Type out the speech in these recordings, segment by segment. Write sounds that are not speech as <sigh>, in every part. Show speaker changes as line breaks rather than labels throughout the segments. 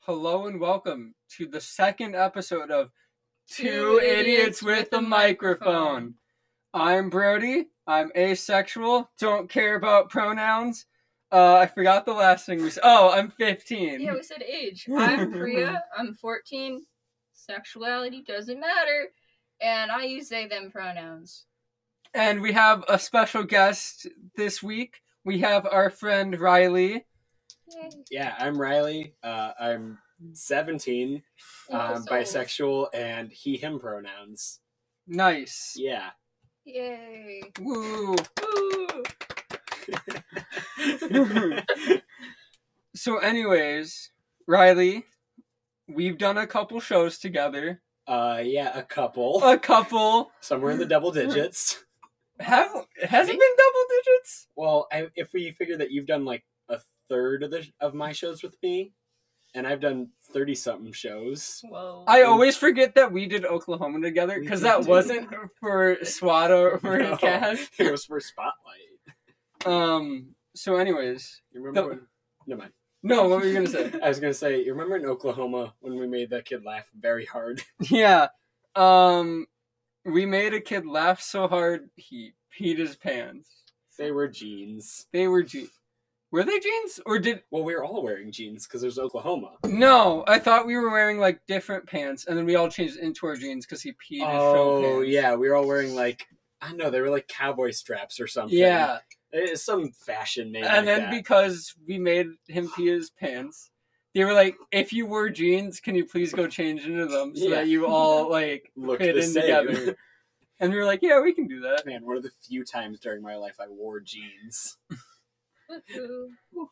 Hello and welcome to the second episode of Two
Two
Idiots,
Idiots
with
with
a
a
Microphone.
Microphone.
I'm Brody. I'm asexual. Don't care about pronouns. Uh, I forgot the last thing we said. Oh, I'm 15.
Yeah, we said age. I'm Priya. I'm 14. Sexuality doesn't matter. And I use they, them pronouns.
and we have a special guest this week. We have our friend Riley.
Yeah, I'm Riley. Uh, I'm 17, um, bisexual, and he, him pronouns.
Nice. <laughs>
Yeah. <laughs>
Yay.
Woo.
Woo.
So, anyways, Riley, we've done a couple shows together.
uh, yeah, a couple.
A couple.
Somewhere in
<laughs>
the double digits.
Have has it been double digits?
Well, I, if we figure that you've done like a third of the of my shows with me, and I've done 30
<laughs>
something shows.
Whoa.
I always forget that we did Oklahoma together because
We did
that
too.
wasn't for
<laughs>
SWAT or
No,
Cass.
<laughs> It was for Spotlight.
Um. So, anyways,
You remember?
No.
When, never mind.
no. What were you gonna
<laughs>
say?
I was gonna say, you remember in Oklahoma when we made that kid laugh very hard? <laughs>
yeah. Um. We made a kid laugh so hard he peed his pants.
They were jeans.
They were jeans. Were they jeans or did
Well, we were all wearing jeans because there's Oklahoma.
No, I thought we were wearing like different pants, and then we all changed into our jeans because he peed his show
Oh
pants.
yeah, we were all wearing like I don't know, they were like cowboy straps or something.
yeah.
It- it's some fashion name.
And
like
then
that.
because we made him pee his pants, they were like, "If you wear jeans, can you please go change into them so
Yeah.
that you all like
<laughs> look
fit
the
in
same.
together?" And we were like, "Yeah, we can do that."
<laughs> Man, one of the few times during my life I wore jeans.
Woohoo.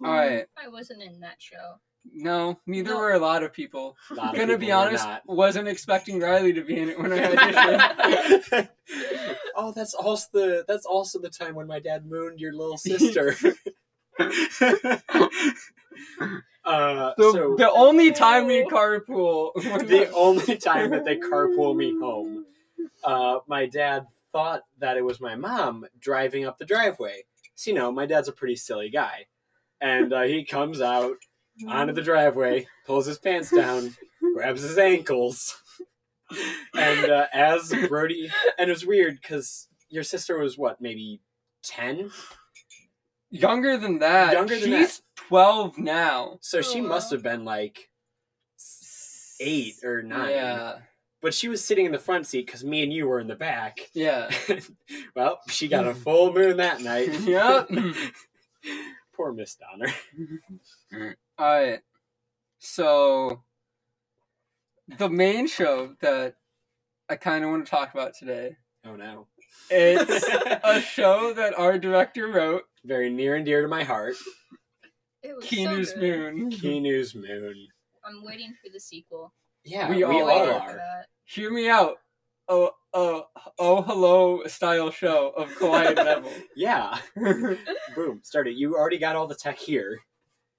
All right.
I wasn't in that show.
No, neither
No.
were a lot of people.
A lot of
Gonna
people
be
were
honest,
not.
wasn't expecting Riley to be in it when I auditioned.
<laughs> oh, that's also the that's also the time when my dad mooned
<laughs>
your little sister. <laughs> uh,
the,
so
the only time we
No.
carpool, when <laughs>
the only time that they carpool me home, uh, my dad thought that it was my mom driving up the driveway. So, you know, my dad's a pretty silly guy. And uh, he comes out
Mm-hmm.
onto the driveway, pulls his pants down, grabs his ankles. And uh, as Brody, and it was weird because your sister was what, maybe 10?
Younger than that.
Younger than
She's 12 now.
So she
Aw.
must have been like eight or nine.
Yeah.
But she was sitting in the front seat because me and you were in the back. <laughs>
Yeah. <laughs>
well, she got a full moon that night.
Yep.
Poor Miss Donner.
Mm-hmm. All right. So, the main show that I kind of want to talk about today.
Oh no.
It's
<laughs>
a show that our director wrote,
Very near and dear to my heart.
It was
Kinu's
so good.
Moon.
Key News Moon.
I'm waiting for the sequel.
Yeah,
We
we,
all
all,
waiting
are.
For
are.
that.
Hear me out. Oh, oh, oh, hello style show of
<laughs>
Quiet
Yeah.
Level.
Boom. Started. You already got all the tech here.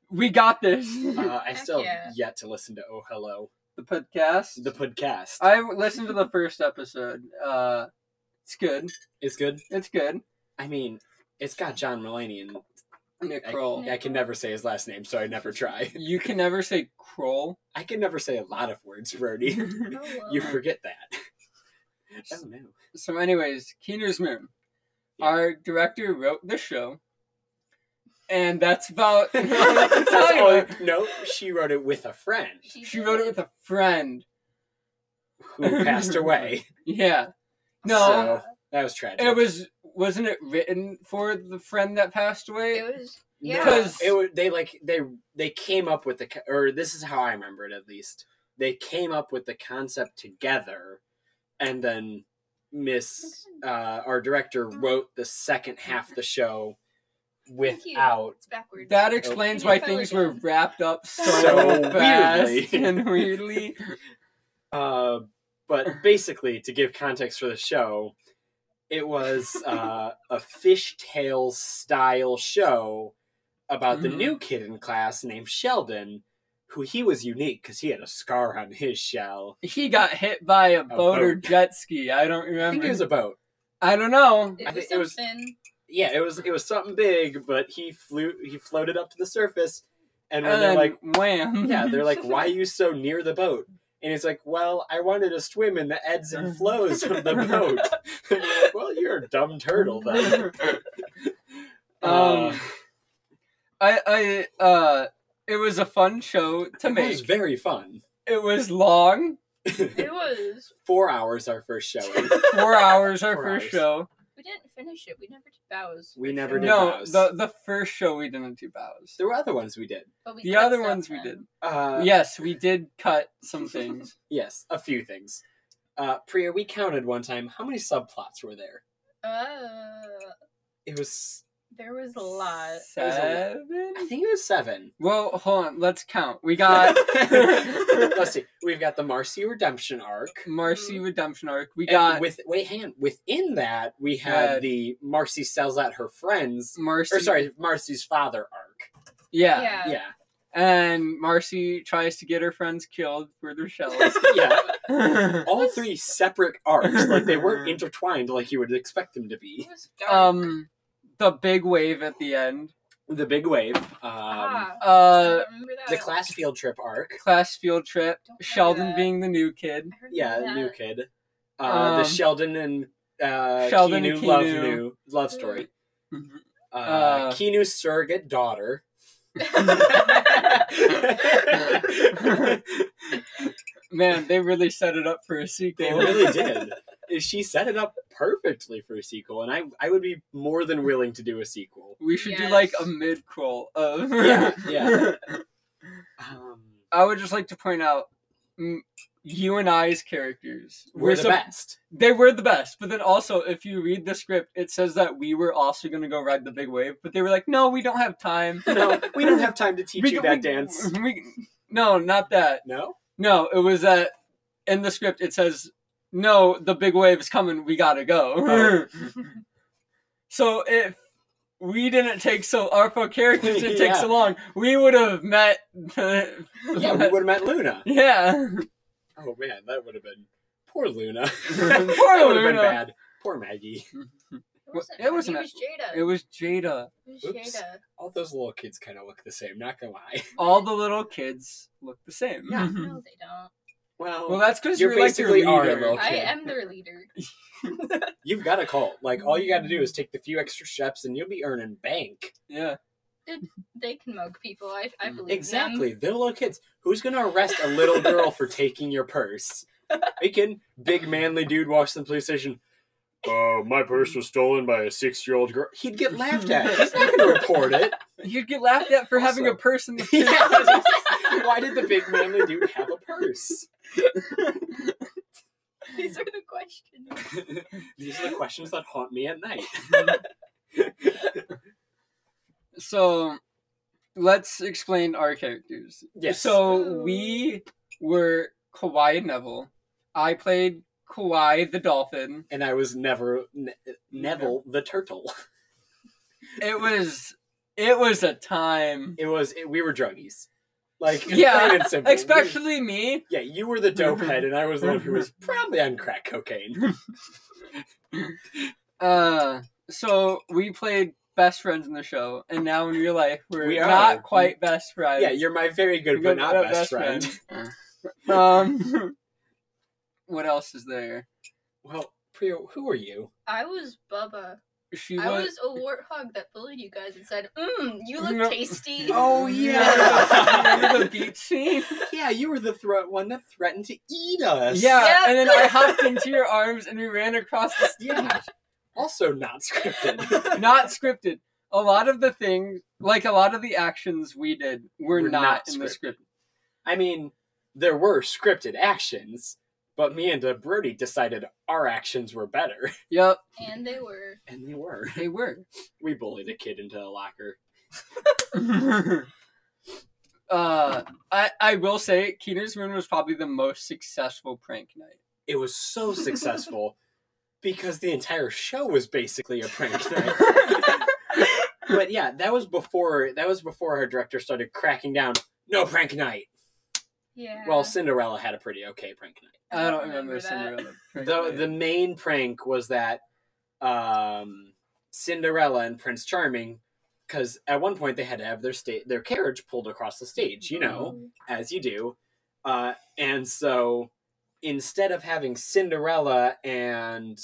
we got this.
Uh, I
Heck
still
yeah.
have yet to listen to Oh Hello,
the podcast.
the podcast.
I listened to the first episode. Uh, it's good.
it's good.
It's good.
I mean, it's got John Mulaney, and
Nick Kroll.
I can never say his last name, so I never try. <laughs>
You can never say Kroll.
I can never say a lot of words, Brody. <laughs>
Oh, well.
You forget that. Oh no.
so, anyways, Keener's Moon. Our director wrote the show, and that's about.
<laughs>
<laughs>
Oh, That's all- no, she wrote it with a friend
she wrote it with a friend.
who passed away.
Yeah. No,
So, that was tragic.
it was wasn't it written for the friend that passed away?
It was.
No,
Yeah.
Because-
it was, they like they they came up with the co- or this is how I remember it at least. They came up with the concept together, and then Miss uh, our director wrote the second half of the show
Thank you.
without.
It's backwards.
That explains
You
why
can file
things
it
were
down.
wrapped
<laughs>
up so,
So
fast
weirdly.
and weirdly.
Uh, but basically, to give context for the show, it was uh, a fishtail style show about the
Mhm.
new kid in class named Sheldon, who he was unique because he had a scar on his shell.
He got hit by a, boat, or
boat.
jet ski. I don't
I
remember.
think it was a boat.
I don't know.
I
It was
think it was-
something.
Yeah, it was it was something big, but he flew he floated up to the surface And
And
when they're
then
like,
wham.
yeah, <laughs> they're like, why are you so near the boat? And he's like, well, I wanted to swim in the ebbs
Mm.
and flows
<laughs>
of the boat. <laughs> And we're like, well, you're a dumb turtle then.
<laughs>
Uh,
Um, I, I, uh, it was a fun show to
it was
make.
very fun.
It was long,
It was.
Four hours our
<laughs>
first showing. <laughs>
four hours our
Four
first
hours.
show.
We didn't finish it. We never did bows.
We
for
never
sure.
did
no,
bows.
the the first show we didn't do bows.
There were other ones we did.
But we
The
did
other
stuff
ones we
then.
did.
Uh,
yes, we did cut
<laughs>
some things.
Yes, a few things. Uh, Priya, we counted one time how many subplots were there.
Uh,
It was,
there was a lot.
Seven.
I think it was seven.
Well, hold on. Let's count. We <laughs> got
<laughs> Let's see. We've got the Marcy Redemption arc.
Marcy
Mm.
Redemption arc. We
And
got
with wait, hang on. Within that, we had
Yeah.
the Marcy sells out her friends,
Marcy.
or sorry, Marcy's father arc.
Yeah.
Yeah.
Yeah,
And Marcy tries to get her friends killed for their
<laughs>
shells.
yeah.
<laughs>
All three separate arcs, like
<laughs>
they weren't intertwined like you would expect them to be.
It was dark.
um, the big wave at the end.
The big wave, um,
ah, I
Uh,
remember that.
the class field trip arc.
class field trip.
Don't remember
Sheldon
that.
being the new kid.
I remember
Yeah,
that.
new kid. Uh, the
Um,
Sheldon and uh,
Sheldon
Keanu
and
love
Keanu.
new love story.
Mm-hmm.
Uh,
Uh,
Keanu's
<laughs>
surrogate daughter. <laughs>
Man, they really set it up for a sequel. <laughs>
They really <laughs> did. She set it up perfectly for a sequel, and I I would be more than willing to do a sequel.
We should do like a
Yes.
mid crawl of.
Yeah, yeah. Um,
<laughs> I would just like to point out mm, you and I's characters
we're, the
sup-
best.
They were the best, but then also if you read the script, it says that we were also going to go ride the big wave, but they were like, "No, we don't have time."
<laughs> <laughs> No, we don't have <laughs> time to teach
We-
you that
we-
dance.
we- no, not that.
<laughs> No.
No, it was that in the script it says, "No, the big wave is coming. We got to go."
Oh.
<laughs> so if we didn't take so our four characters
<laughs>
didn't take
Yeah.
so long, we would have met <laughs> the,
Yeah, we would have met Luna.
Yeah.
Oh man, that would have been poor Luna. <laughs>
Poor
that would have been
Luna.
bad. Poor Maggie.
It wasn't.
It wasn't
It
a-
was Jada.
It was Jada.
It was
Oops.
Jada.
<laughs>
All those little kids kind of look the same. Not gonna lie. <laughs>
All the little kids look the same.
Yeah.
No, they don't.
<laughs>
Well,
Well, that's because
You're
you're, like your
basically our
leader.
little-
I
Okay.
am their leader.
you've got a cult. Like all you got to do is take the few extra steps, and you'll be earning bank.
<laughs> Yeah.
They can mug people. I, I
Mm.
believe them.
Exactly. They're little kids. Who's gonna arrest a little girl for taking your purse? Making big manly dude walks to the police station. Uh, my purse was stolen by a six-year-old girl. He'd get laughed at. He's not gonna report <laughs> it.
You'd get laughed at for having a
Also-
purse
<laughs>
in the
Yeah, Why did the big manly dude have a purse?
<laughs> These are the questions.
These are the questions that haunt me at night.
So let's explain our characters.
Yes.
So we were Kawhi and Neville. I played Kawhi the dolphin.
And I was never ne- Neville the turtle.
It was it was a time.
It was it, we were druggies. Like
Yeah,
plain and simple.
Especially me.
Yeah, you were the dope head, and I was the one who was probably on crack <laughs> cocaine.
Uh so we played best friends in the show and now in real life we're
We are.
not quite best friends.
Yeah, you're my very good but not best friend.
friend. um, <laughs> what else is there?
Well, Priya, who are you?
I was Bubba.
She
I
was. <laughs>
was a warthog that bullied you guys and said, Mmm,
<laughs>
you
No.
look tasty.
Oh,
yeah, <laughs>
yeah.
the beach scene.
<laughs> Yeah, you were the threat one that threatened to eat us.
Yeah,
Yep.
and then I hopped into your arms and we ran across the
Yeah. <laughs> Also not <laughs> scripted.
not scripted. A lot of the things, like a lot of the actions we did, were,
Were
not,
not
in the
scripted.
script.
I mean, there were scripted actions, but me and uh, Brody decided our actions were better.
Yep,
And they were.
<laughs> And they were.
they were.
We bullied a kid into a locker.
uh, I I will say, Keener's Moon was probably the most successful prank night.
It was so <laughs> successful because the entire show was basically a <laughs> prank night. but yeah, that was before that was before our director started cracking down. No prank night.
Yeah.
Well, Cinderella had a pretty okay prank
<laughs>
night.
I don't remember,
that.
Cinderella. prank
The
night.
the main prank was that um, Cinderella and Prince Charming because at one point they had to have their state their carriage pulled across the stage, you know, as you do. Uh, and so instead of having Cinderella and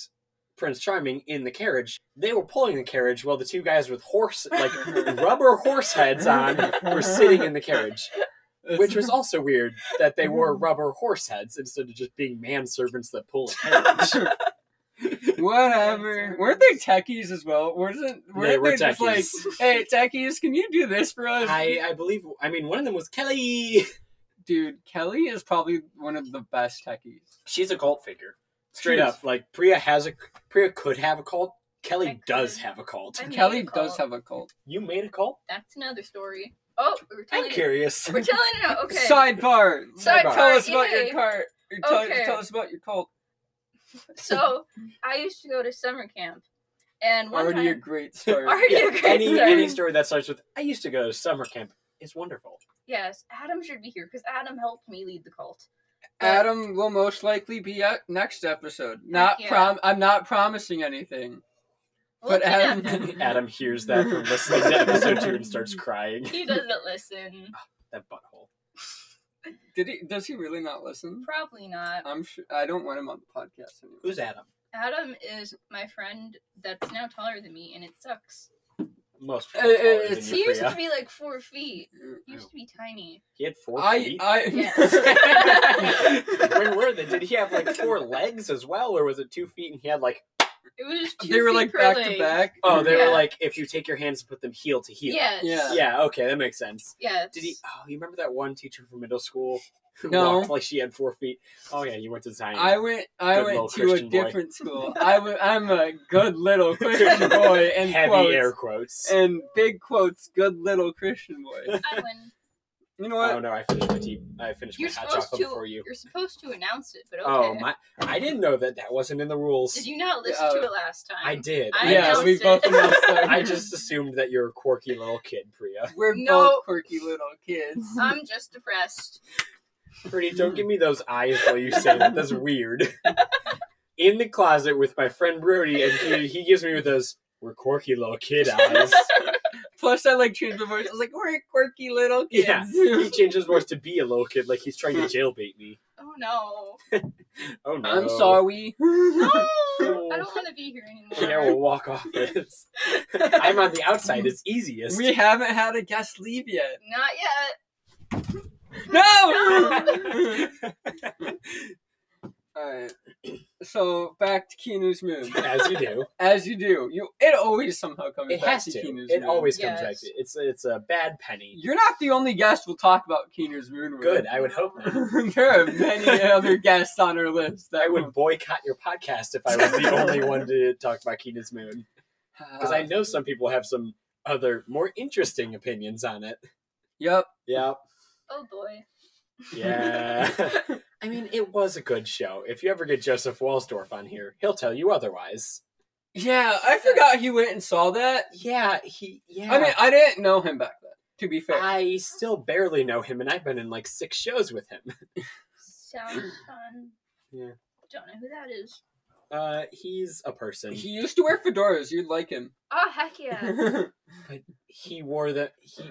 Prince Charming in the carriage, they were pulling the carriage while the two guys with horse like rubber horse heads on were sitting in the carriage,
<laughs>
which <laughs> was also weird that they wore rubber horse heads instead of just being manservants that pull a carriage.
Whatever. Weren't they techies as well? Wasn't weren't
They
they,
were
just like,
techies.
hey techies, can you do this for us?
I, I believe I mean one of them was Kelly.
Dude, Kelly is probably one of the best techies.
She's a cult figure. Straight
She
up,
is.
like Priya has a Priya could have a cult.
I
Kelly
could.
does have a cult.
I made a
Kelly
call.
does have a cult.
You made a cult?
That's another story. Oh, we're
I'm
telling it. <laughs>
curious.
We're telling it out. Okay.
Sidebar.
Sidebar,
Tell us about
yay.
your cart. Tell,
Okay.
tell us about your cult.
So I used to go to summer camp, and one
Already a
time,
great
<laughs>
start.
Already a great
any
story.
any story that starts with I used to go to summer camp is <laughs> wonderful.
yes, Adam should be here because Adam helped me lead the cult.
Adam will most likely be at next episode. Not
yeah.
prom. I'm not promising anything. But
Well, he
Adam-
doesn't.
Adam hears that from listening to episode two and starts crying.
he doesn't listen.
That butthole.
Did he? Does he really not listen?
Probably not.
I'm sure. I don't want him on the podcast anymore.
Who's Adam?
Adam is my friend that's now taller than me, and it sucks.
Most
Uh,
people taller
uh,
than
it's-
you,
He used
Priya.
to be like four feet. He used to be tiny.
He had four
I.
feet.
I.
Yes.
<laughs> When were they? Did he have like four legs as well, or was it two feet and he had like?
It was just two
<laughs> they were
feet
like
per
back
leg.
to back.
Oh, they
Yeah.
were like if you take your hands and put them heel to heel.
Yes.
Yeah.
Yeah. Okay, that makes sense.
Yes.
Did he? <laughs> Oh, you remember that one teacher from middle school? who
No.
Walked like she had four feet. Oh yeah, you went to Zion.
I went. I
Good little
went to
Christian
a
boy.
different school. I was. I'm a good
<laughs>
little Christian boy. And
heavy
quotes,
air quotes.
And big quotes. Good little Christian
<laughs>
boy.
I win.
You know what?
oh no, I finished my tea. I finished
You're
my hot
supposed
chocolate
to-
before you.
You're supposed to announce it, but okay.
Oh my! I didn't know that that wasn't in the rules.
Did you not listen to
Uh,
it last time?
I did.
I
yeah,
announced
we
it.
both announced that.
<laughs>
<laughs> I just assumed that you're a quirky little kid, Priya.
We're
No.
both quirky little <laughs> kids.
I'm just depressed.
Pretty, don't give me those eyes while you say that.
<laughs>
That's weird. In the closet with my friend Brody, and he, he gives me with those "we're quirky
<laughs>
little kid" eyes.
Plus, I like changed my voice. I was like, "We're quirky little
Yeah.
kids."
he changed his voice to be a little kid, like he's trying to jailbait me.
Oh no.
Oh
<laughs>
no!
I'm sorry.
No!
No.
I don't want to be here
Yeah,
anymore.
we'll walk off this. I'm on the outside. It's easiest.
we haven't had a guest leave <laughs> yet.
Not yet.
No. <laughs> All right. So back to Kinu's moon,
As you do.
as you do. You it always somehow comes
It
back
has
to,
to.
Kinu's
It
moon.
always comes
Yes.
back to it's it's a bad penny.
You're not the only guest we'll talk about Kinu's moon.
Good, I would hope not.
With. <laughs> there are
<laughs>
many other guests on our list that
I would boycott your podcast if I was the only one to talk about Keenan's Moon because
Oh.
I know some people have some other more interesting opinions on it.
Yep.
Yep.
Oh boy.
Yeah.
<laughs>
I mean, it was a good show. If you ever get Joseph Walsdorf on here, he'll tell you otherwise.
Yeah, I forgot he went and saw that.
Yeah, he. Yeah.
I mean, I didn't know him back then. To be fair,
I still barely know him, and I've been in like six shows with him. <clears throat>
Sounds fun.
Yeah.
Don't know who that is.
Uh, he's a person.
he used to wear fedoras. You'd like him.
Oh heck yeah.
<laughs>
<laughs>
He wore the he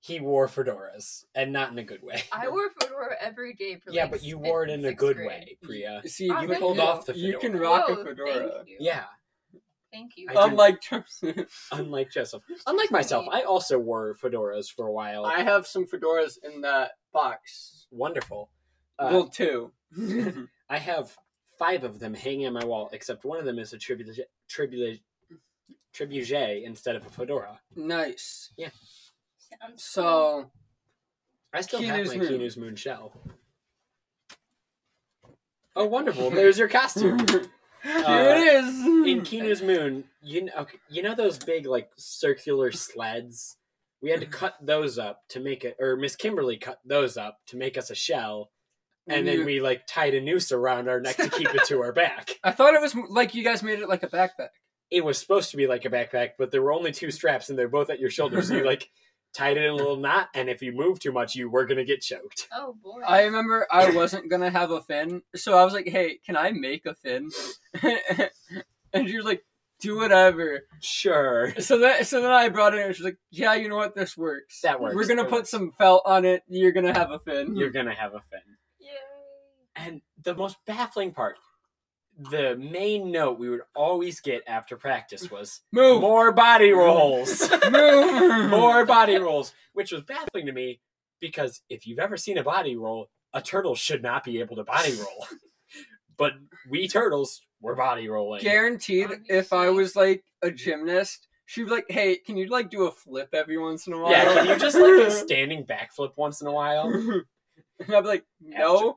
he wore fedoras, and not in a good way.
I wore fedora every day for
yeah,
like
but you
fifth
wore it
and
in a
sixth
good
grade.
way, Priya.
See,
Oh,
you
thank
pulled
you.
off the fedora. You can rock
Whoa,
a fedora.
Oh, Thank you.
Yeah,
Thank you.
I
Um,
didn't-
Unlike <laughs> Joseph,
unlike Joseph, unlike myself, I also wore fedoras for a while.
I have some fedoras in that box.
Wonderful. Uh,
well,
<laughs>
two.
I have five of them hanging on my wall, except one of them is a tribute tribute trebuchet instead of a fedora.
nice.
sounds cool.
So
I still
Keanu's
have my
moon.
Kinu's moon shell.
<laughs>
Oh, wonderful! There's your
here
costume.
it is.
Uh,
<laughs>
in Kinu's moon, you know, okay, you know those big like circular sleds. We had to
Mm-hmm.
cut those up to make it, or Miss Kimberly cut those up to make us a shell, and then
You-
we like tied a noose around our neck to keep it to our back.
I thought it was m- like you guys made it like a backpack.
It was supposed to be like a backpack, but there were only two straps, and they're both at your shoulders. <laughs> So you like tied it in a little knot, and if you move too much, you were gonna get choked.
Oh boy.
I remember I wasn't gonna have a fin, so I was like, "Hey, can I make a fin?" <laughs> and she was like, do whatever.
Sure.
So that so then I brought it and she's like, Yeah, you know what, this works.
That works.
We're gonna put some felt on it, you're gonna have a fin.
<laughs> You're gonna have a fin.
Yay.
And the most baffling part, the main note we would always get after practice was
Move
more <laughs> body rolls.
Move
<laughs> more body rolls, which was baffling to me because if you've ever seen a body roll, a turtle should not be able to body <laughs> roll. but we turtles were body
<laughs>
rolling.
guaranteed if I was like a gymnast, she'd be like, Hey, can you like do a flip every once in a while? <laughs>
yeah, can you just like a standing backflip once in a while?
and I'd be like,
At
No,
Jo-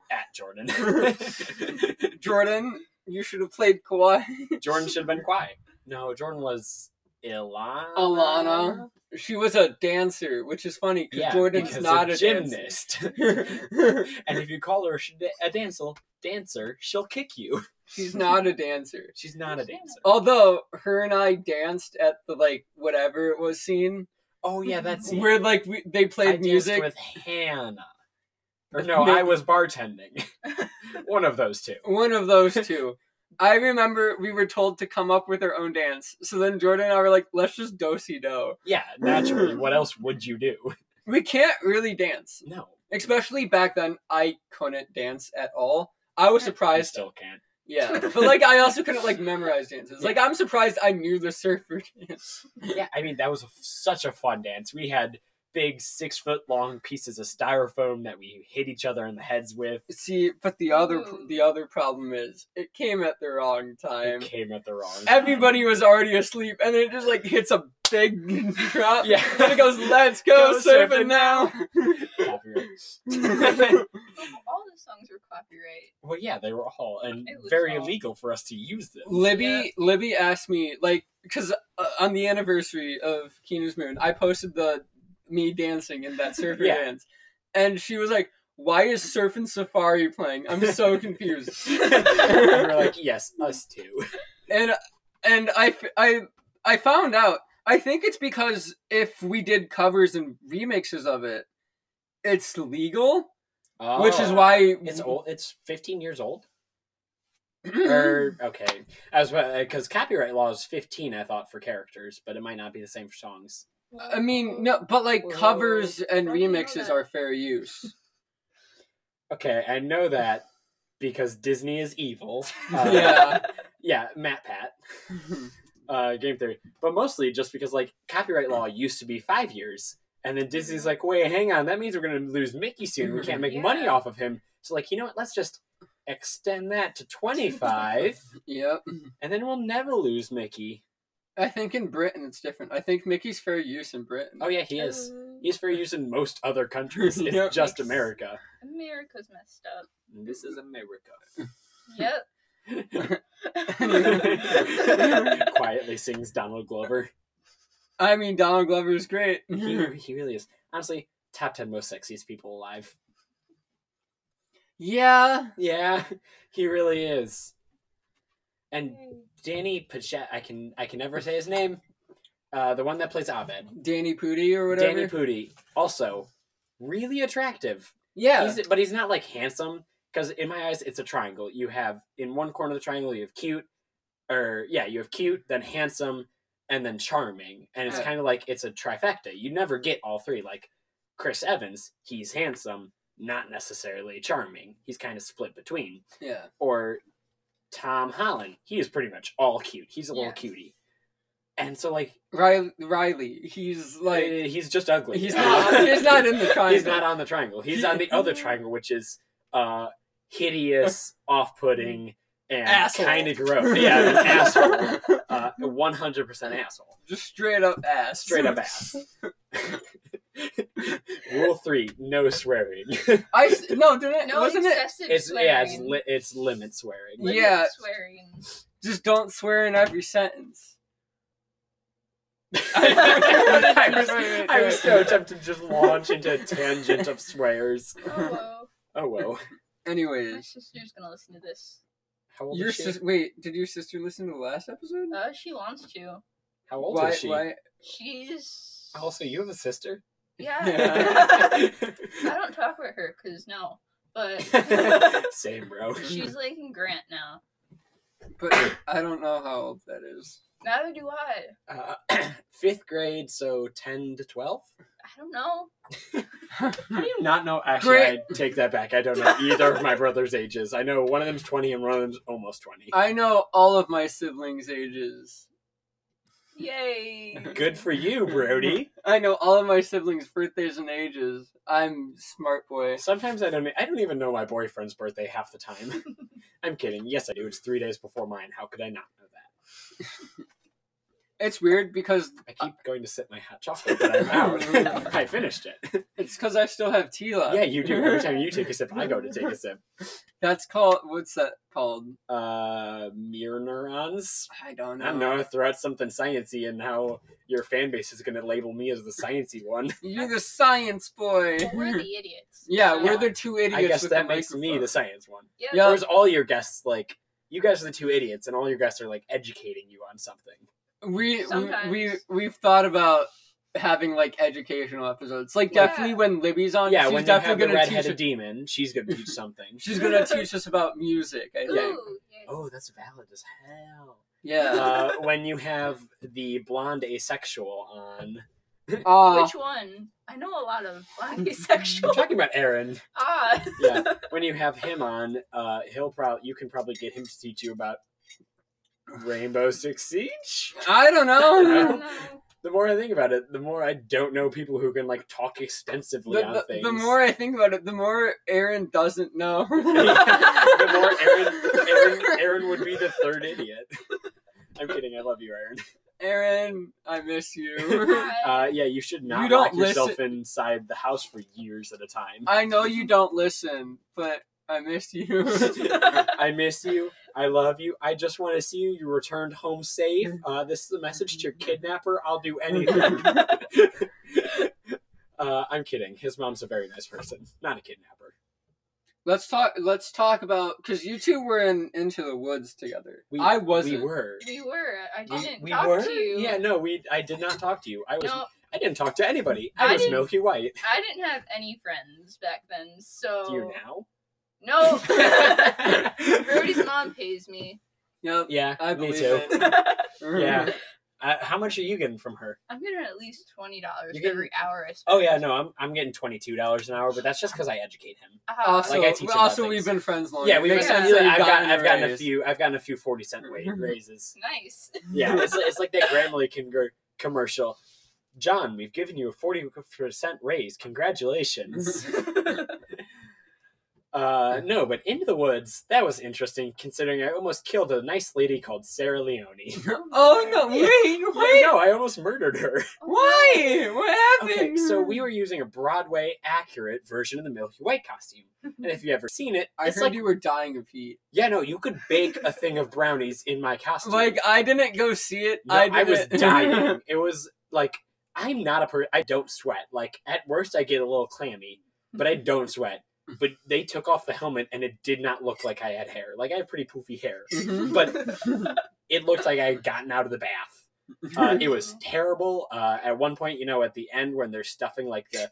<laughs>
at Jordan.
Jordan, you should have played Kawhi.
<laughs> Jordan should have been quiet. No, Jordan was Ilana.
Alana. She was a dancer, which is funny
Yeah,
because Jordan's
because
not
a,
a dancer.
gymnast. <laughs> and if you call her sh- a dancer, dancer, she'll kick you. <laughs>
She's not a dancer.
She's not a
She's
dancer.
Oh, Although her and I danced at the like whatever it was scene
Oh yeah, that's it.
where like we, they
I
played
danced
music.
with Hannah. Or no, I
<laughs>
was bartending. One of those two.
One of
<laughs>
those two. I remember we were told to come up with our own dance. So then Jordan and I were like, let's just do si do.
Yeah, naturally. what else would you do? <laughs>
We can't really dance.
No,
Especially back then, I couldn't dance at all. I was
I
surprised.
still can't. <laughs>
Yeah. But like, I also couldn't like memorize dances. Like, I'm surprised I knew the surfer <laughs> dance.
Yeah, I mean that was a, such a fun dance. We had big six foot long pieces of styrofoam that we hit each other in the heads with.
See, but the other
Ooh.
the other problem is it came at the wrong time.
It came at the wrong. time.
Everybody was already asleep, and then it just like hits a big <laughs> drop.
Yeah.
Then it goes, "Let's go,
Go
surfing,
surfing
now." <laughs>
Copyright.
Oh, All the songs were copyright.
well, yeah, they were all and
It was
very
all-
illegal for us to use
<laughs>
them.
Libby,
Yeah.
Libby asked me like, because uh, on the anniversary of Keenan's Moon, I posted the me dancing in that surfer
Yeah.
dance, and she was like, "Why is Surfing Safari playing?" I'm so confused.
and we're like, yes, us too.
and and I, f- I I found out. I think it's because if we did covers and remixes of it, it's legal, which is
Oh.
why <clears throat>
It's old. It's 15
<laughs>
years old. Or okay, as well because copyright law is 15. I thought for characters, but it might not be the same for songs.
I mean, no, but like
Whoa.
covers and
I didn't know
remixes
that.
are fair use.
Okay, I know that because Disney is evil.
<laughs>
Uh,
Yeah.
yeah, Matt Pat, uh, game theory, but mostly just because like copyright law used to be five years, and then Disney's like, wait, hang on, that means we're gonna lose Mickey soon. We can't make money
Yeah.
off of him. So like, you know what? Let's just extend that to 25,
<laughs> yep.
and then we'll never lose Mickey.
I think in Britain it's different. I think Mickey's fair use in Britain.
Oh yeah, he is.
<laughs>
He's fair use in most other countries. It's
Yeah.
just America.
America's messed up.
This is America.
<laughs>
Yep.
Quietly sings Donald Glover.
I mean, Donald Glover is
<laughs>
great.
He, he really is. Honestly, top 10 most sexiest people alive.
yeah.
Yeah, <laughs> he really is. And Danny Pachet, I can I can never say his name. Uh, the one that plays Abed.
Danny Pudi or whatever.
Danny Pudi, also really attractive.
yeah.
He's, but he's not like handsome because in my eyes, it's a triangle. You have in one corner of the triangle, you have cute, or yeah, you have cute, then handsome, and then charming. And it's
Right.
kind of like it's a trifecta. You never get all three. Like Chris Evans, he's handsome, not necessarily charming. He's kind of split between.
<laughs> yeah.
Or Tom Holland, he is pretty much all cute. He's a little
Yes.
cutie. And so, like,
Riley, Riley, he's
like
like
he's just ugly. <laughs>
he's not <laughs> he's not in the triangle.
Uh, He's not on the triangle. He's on the other triangle, which is uh, hideous,
<laughs>
off-putting, and
Asshole.
kind
<laughs>
of gross. Yeah, an asshole. Uh, One hundred percent asshole.
Just straight up ass.
Straight up ass. Rule three: no swearing.
<laughs> I s- no didn't
No
wasn't it
excessive
It's
swearing.
yeah, it's li- it's limit swearing.
Limit
Yeah.
Swearing.
just don't swear in every sentence.
<laughs> I,
<laughs>
was, I was so tempted to just launch into a tangent of swears.
Oh, whoa.
Oh well.
My
Anyways,
sister's gonna listen to this.
How old
your
is she?
sis- wait, did your sister listen to the last episode?
Uh, she wants to.
How old
why
is she?
why
She's.
Also, you have a <laughs> sister.
Yeah. I don't talk about her because no, but
<laughs> Same, bro.
she's like in Grant now.
<coughs>
but I don't know how old that is.
Neither do I.
Uh, <clears throat> fifth grade, so 10 to 12?
I don't know.
How do you not know? Actually,
Great.
I take that back. I don't know either of my brother's ages. I know one of them's 20 and one of them's almost 20.
I know all of my siblings' ages.
Yay.
Good for <laughs> you, Brody.
I know all of my siblings' birthdays and ages. I'm smart boy.
Sometimes I don't. e, I don't even know my boyfriend's birthday half the time. <laughs> I'm kidding. Yes, I do. It's three days before mine. How could I not know that?
It's weird because
I keep going to sip my hot <laughs> chocolate, but I'm out. I finished it.
it's because I still have Tila.
Yeah, you do. Every time you take a sip, I go to take a sip.
That's called what's that called?
<laughs> Uh, mirror neurons.
I don't know.
I don't know. Throw out something sciency, and how your fan base is going to label me as the sciency <laughs> one.
You're the science boy.
Well, we're the idiots.
yeah,
So-
we're the two idiots.
I guess
with
that
the
makes me the
microphone.
science one.
Yeah.
Yeah.
Whereas all your guests, like, you guys are the two idiots, and all your guests are like educating you on something.
we, we
Sometimes.
we we've thought about having like educational episodes. Like
Yeah.
definitely when Libby's on,
yeah,
she's
when you have
definitely
the
gonna teach.
redheaded
us-
demon, she's going to <laughs> teach something.
She's gonna teach us about music. I
Ooh,
think.
yay.
oh, that's valid as hell.
Yeah.
Uh, when you have the blonde asexual on, Oh.
Ah,
Which one? I know a lot of
<laughs>
I'm
asexual.
talking about Aaron.
ah.
Yeah, when you have him on, uh, he'll probably you can probably get him to teach you about Rainbow Six Siege.
I don't
I
know.
don't know.
The more I think about it, the more I don't know people who can like talk extensively on
the, the,
things.
the more I think about it, the more Aaron doesn't know.
<laughs> the more Aaron,
<laughs>
Aaron, Aaron would be the third idiot. I'm kidding. I love you, Aaron.
Aaron, I miss you.
Uh, yeah, you should not
You don't
lock yourself inside the house for years at a time.
I <laughs> know you don't listen, but I miss you.
<laughs> I miss you. I love you. I just want to see you. You returned home safe.
Mm-hmm.
Uh, this is a message to your kidnapper. I'll
<laughs>
do anything. uh, I'm kidding. His mom's a very nice person, not a kidnapper.
let's talk. Let's talk about because you two were in Into the Woods together.
We,
I wasn't.
We were.
<laughs> we were. I
We-
didn't
we
talk
were?
to you.
Yeah, no, we. I did not talk to you. I was.
No,
I didn't talk to anybody. I,
I
was
didn't-
Milky White.
I didn't have any friends back then, so
Do you now?
<laughs> no.
<laughs>
Brody's mom pays me.
<laughs> Yep.
yeah,
I
me
believe
too.
it.
I'm
<laughs> Yeah. Uh, how much are you getting from her?
getting at least twenty dollars
You're getting-
every hour. I spend.
Oh yeah, no, I'm I'm getting twenty two dollars an hour, but that's just because I educate him.
Ah,
<laughs> Also,
Like, I teach
also
about
we've
things.
been friends long.
yeah, we
makes
make
yeah.
sense.
sense.
that you've
I've
gotten
gotten
a
I've gotten a
raise.
few I've gotten a few forty cent
<laughs>
wage raises.
nice. <laughs>
Yeah, it's it's like that Grammarly con- commercial. John, we've given you a forty percent raise.
<laughs>
Congratulations. Uh, no, but into the woods. That was interesting, considering I almost killed a nice lady called Sarah Leone.
Oh no!
<laughs> Yeah.
Wait, wait.
no, I almost murdered her.
Oh, <laughs>
Why? What happened?
Oh, Okay, so we were using a Broadway accurate version of the Milky White costume. And if you've ever seen it,
I
it's
heard
like,
you were dying of heat.
yeah, no, you could bake a thing of brownies in my costume.
Like I didn't go see it.
No,
I,
I, was
didn't- <laughs>
dying. It was like, I'm not a person, I don't sweat. Like, at worst, I get a little clammy, but I
Mm-hmm.
don't sweat. But they took off the helmet and it did not look like I had hair. Like, I have pretty poofy hair,
Mhm.
but it looked like I had gotten out of the bath.
<laughs>
Uh, it was terrible. Uh, at one point, you know, at the end when they're stuffing like the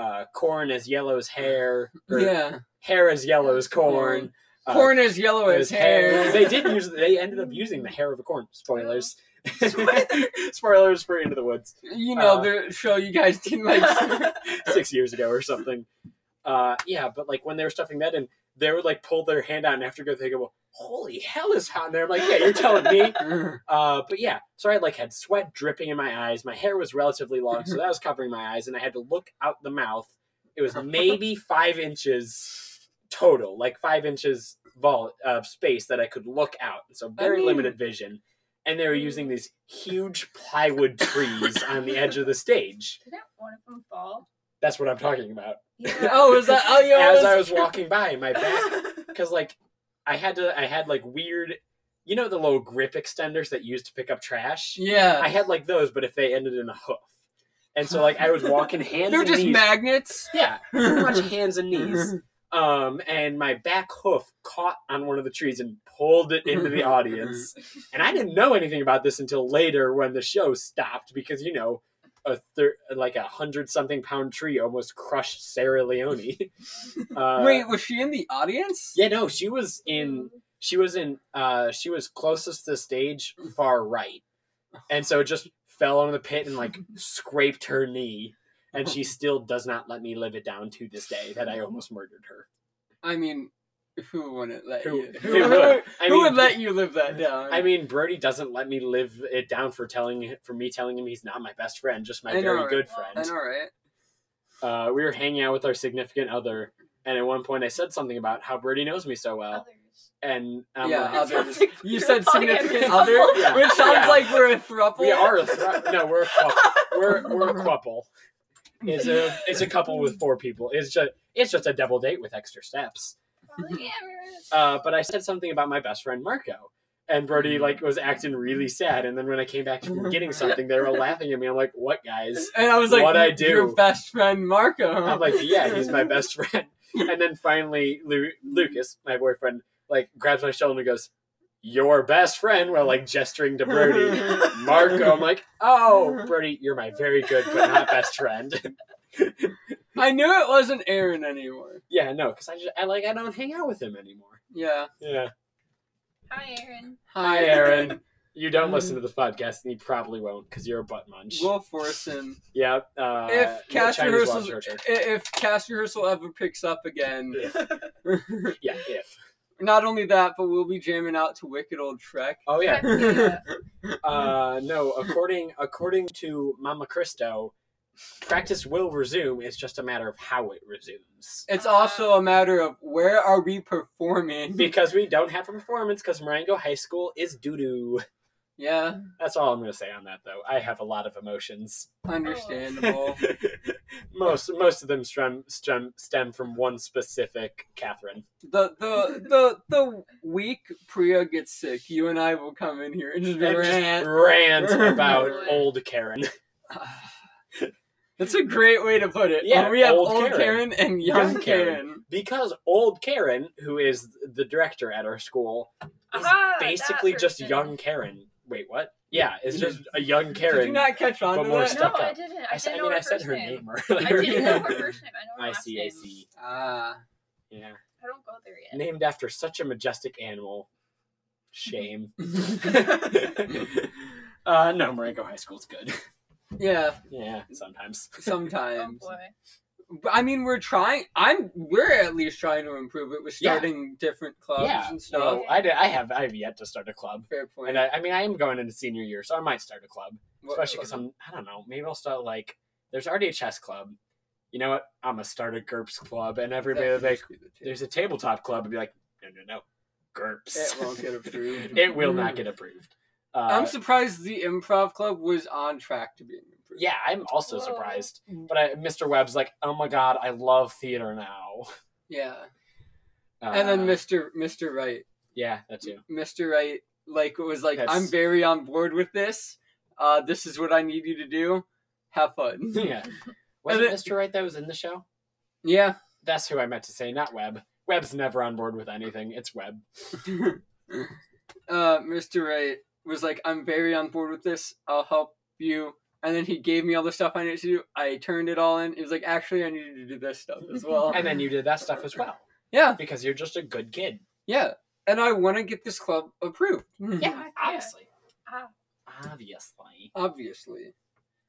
uh, corn as yellow as hair, or
yeah.
hair as yellow as corn, uh,
Corn is yellow
as
as hair.
They did use. They ended up using the hair of a corn.
<laughs>
Spoilers. <laughs> Spoilers for Into the Woods
you know
uh,
the show you guys didn't <laughs> like.
<laughs> six years ago or something. Uh, yeah, but like when they were stuffing that in, they would like pull their hand out and after go, they go, well, "Holy hell, is hot in there!" I'm like, "Yeah, you're telling me." Uh, but yeah, so I like had sweat dripping in my eyes. My hair was relatively long, so that was covering my eyes, and I had to look out the mouth. It was maybe five inches total, like five inches vol of space that I could look out. So very
mean-
limited vision. And they were using these huge plywood trees on the edge of the stage.
Didn't one of them fall?
That's what I'm talking about. <laughs>
Yeah.
oh, is that? Oh, yeah.
As
that's-
I was walking by,
<laughs>
my back, because like I had to, I had like weird, you know, the little grip extenders that you use to pick up trash. I
yeah.
had like those, but if they ended in a hoof, and so like I
<laughs>
was walking hands.
They're
and
just
knees.
magnets.
Yeah,
<laughs>
pretty much hands and knees. Um, and my back hoof caught on one of the trees and pulled it into
<laughs>
the audience. And I didn't know anything about this until later when the show stopped because you know. A thir- like a hundred something pound tree almost crushed Sarah
<laughs>
Leone. Uh,
Wait, was she in the audience?
yeah, no, she was in she was in uh she was closest to stage far right and so it just fell on the pit
<laughs>
and like scraped her knee. And she still does not let me live it down to this day that I almost murdered her.
I mean, who wouldn't let
Who-
you?
who would? I
who would
mean-
let you live that down?
I mean, Brody doesn't let me live it down for telling for me telling him he's not my best friend, just my
I know,
very
right?
good
I
friend.
know, right?
uh, we were hanging out with our significant other, and at one point I said something about how Brody knows me so well,
Others.
and um,
Yeah,
It sounds
others.
like
You
you're
said
calling
significant
everyone
other,
couple.
Yeah.
which sounds
Yeah.
like we're a throuple. <laughs>
we are a thru- no, we're a couple. we're we're a couple. It's a it's a couple with four people. It's just it's just a double date with extra steps. <laughs>
Polyamorous.
Uh, but I said something about my best friend Marco. And Brody like was acting really sad, and then when I came back from getting something, they were laughing at me. I'm like, "What, guys?
And I was like,
What I
"You- your
do.
best friend Marco.
I'm like, yeah, he's my <laughs> best friend. And then finally, Lu- Lucas, my boyfriend, like grabs my shoulder and goes, "Your best friend," while like gesturing
<laughs>
to Brody. Marco, I'm like, "Oh, Brody, you're my very good but not best friend." <laughs>
I knew it wasn't Aaron anymore.
yeah, no, because I just I like I don't hang out with him anymore.
Yeah.
Yeah.
Hi, Aaron.
Hi, Aaron.
<laughs>
You don't listen to this podcast, and you probably won't because you're a butt munch.
Will Forson.
yeah. Uh,
If cast
Chinese
rehearsals-
water torture.
I- If cast rehearsal ever picks up again,
yeah, if
<laughs> not only that, but we'll be jamming out to Wicked Old Trek.
oh
<laughs>
yeah,
Heck yeah.
<laughs> Uh, no, according according to Mama Cristo, practice will resume. It's just a matter of how it resumes.
It's also a matter of where are we performing.
Because we don't have a performance, because Marengo High School is doo doo.
Yeah,
That's all I'm going to say on that, though. I have a lot of emotions.
understandable.
<laughs> most most of them stem, stem stem from one specific Catherine.
the the the the week Priya gets sick, you and I will come in here and just
And just
rant.
<laughs>
rant about old Karen. <laughs>
<sighs> That's a great way to put it.
Yeah,
we have
old
old,
Karen.
Karen. and young,
Young Karen.
Karen.
Because old Karen, who is the director at our school, is
Ah, that
basically just
person.
young Karen. Wait, what? Yeah, it's just a young Karen.
Did you not catch on
but
to
more
that?
stuck
No, I
up.
didn't. I,
I,
didn't
said, I
know
mean,
her
I said
first
her
name.
name
I
earlier.
didn't
<laughs>
know her first name. I know her
I
last
see,
name.
I see.
Ah, <laughs>
Yeah.
I don't go there yet.
Named after such a majestic animal.
<laughs>
Shame. <laughs> uh, no, Marengo High
<laughs>
School's good.
yeah.
Yeah, sometimes.
Oh
Sometimes.
boy.
But, I mean, we're trying. I'm. We're at least trying to improve it with
Yeah.
starting different clubs
yeah.
and
No,
stuff.
I, did, I have I have yet to start a club.
Fair point.
And I, I mean, I am going into senior year, so I might start a club.
What-
Especially because I'm, I don't know, maybe I'll start like, there's already a chess club. You know what? I'm going to start a GURPS club, and everybody will be like, there's a tabletop club and be like, no, no, no, GURPS.
It won't get approved.
<laughs> It will not get approved. Uh,
I'm surprised the improv club was on track to being improved.
yeah, I'm also
Whoa.
surprised. But I, Mr. Webb's like, oh my god, I love theater now.
Yeah.
Uh,
and then Mr. Mr. Wright,
yeah, that too. <laughs>
Mr. Wright, like was like,
That's-
I'm very on board with this. Uh, this is what I need you to do. Have
<laughs>
fun. <laughs>
Yeah, was it
then-
Mr. Right that was in the show?
<laughs> yeah.
That's who I meant to say, not Webb. Webb's never on board with anything. It's Webb. <laughs>
uh, Mr. Wright was like, I'm very on board with this. I'll help you. And then he gave me all the stuff I needed to do. I turned it all in. He was like, actually, I needed to do this stuff
<laughs>
as well.
And then you did that stuff as well
yeah,
because you're just a good kid.
yeah. And I want to get this club approved.
Yeah,
obviously,
Ah,
obviously.
<laughs> Obviously.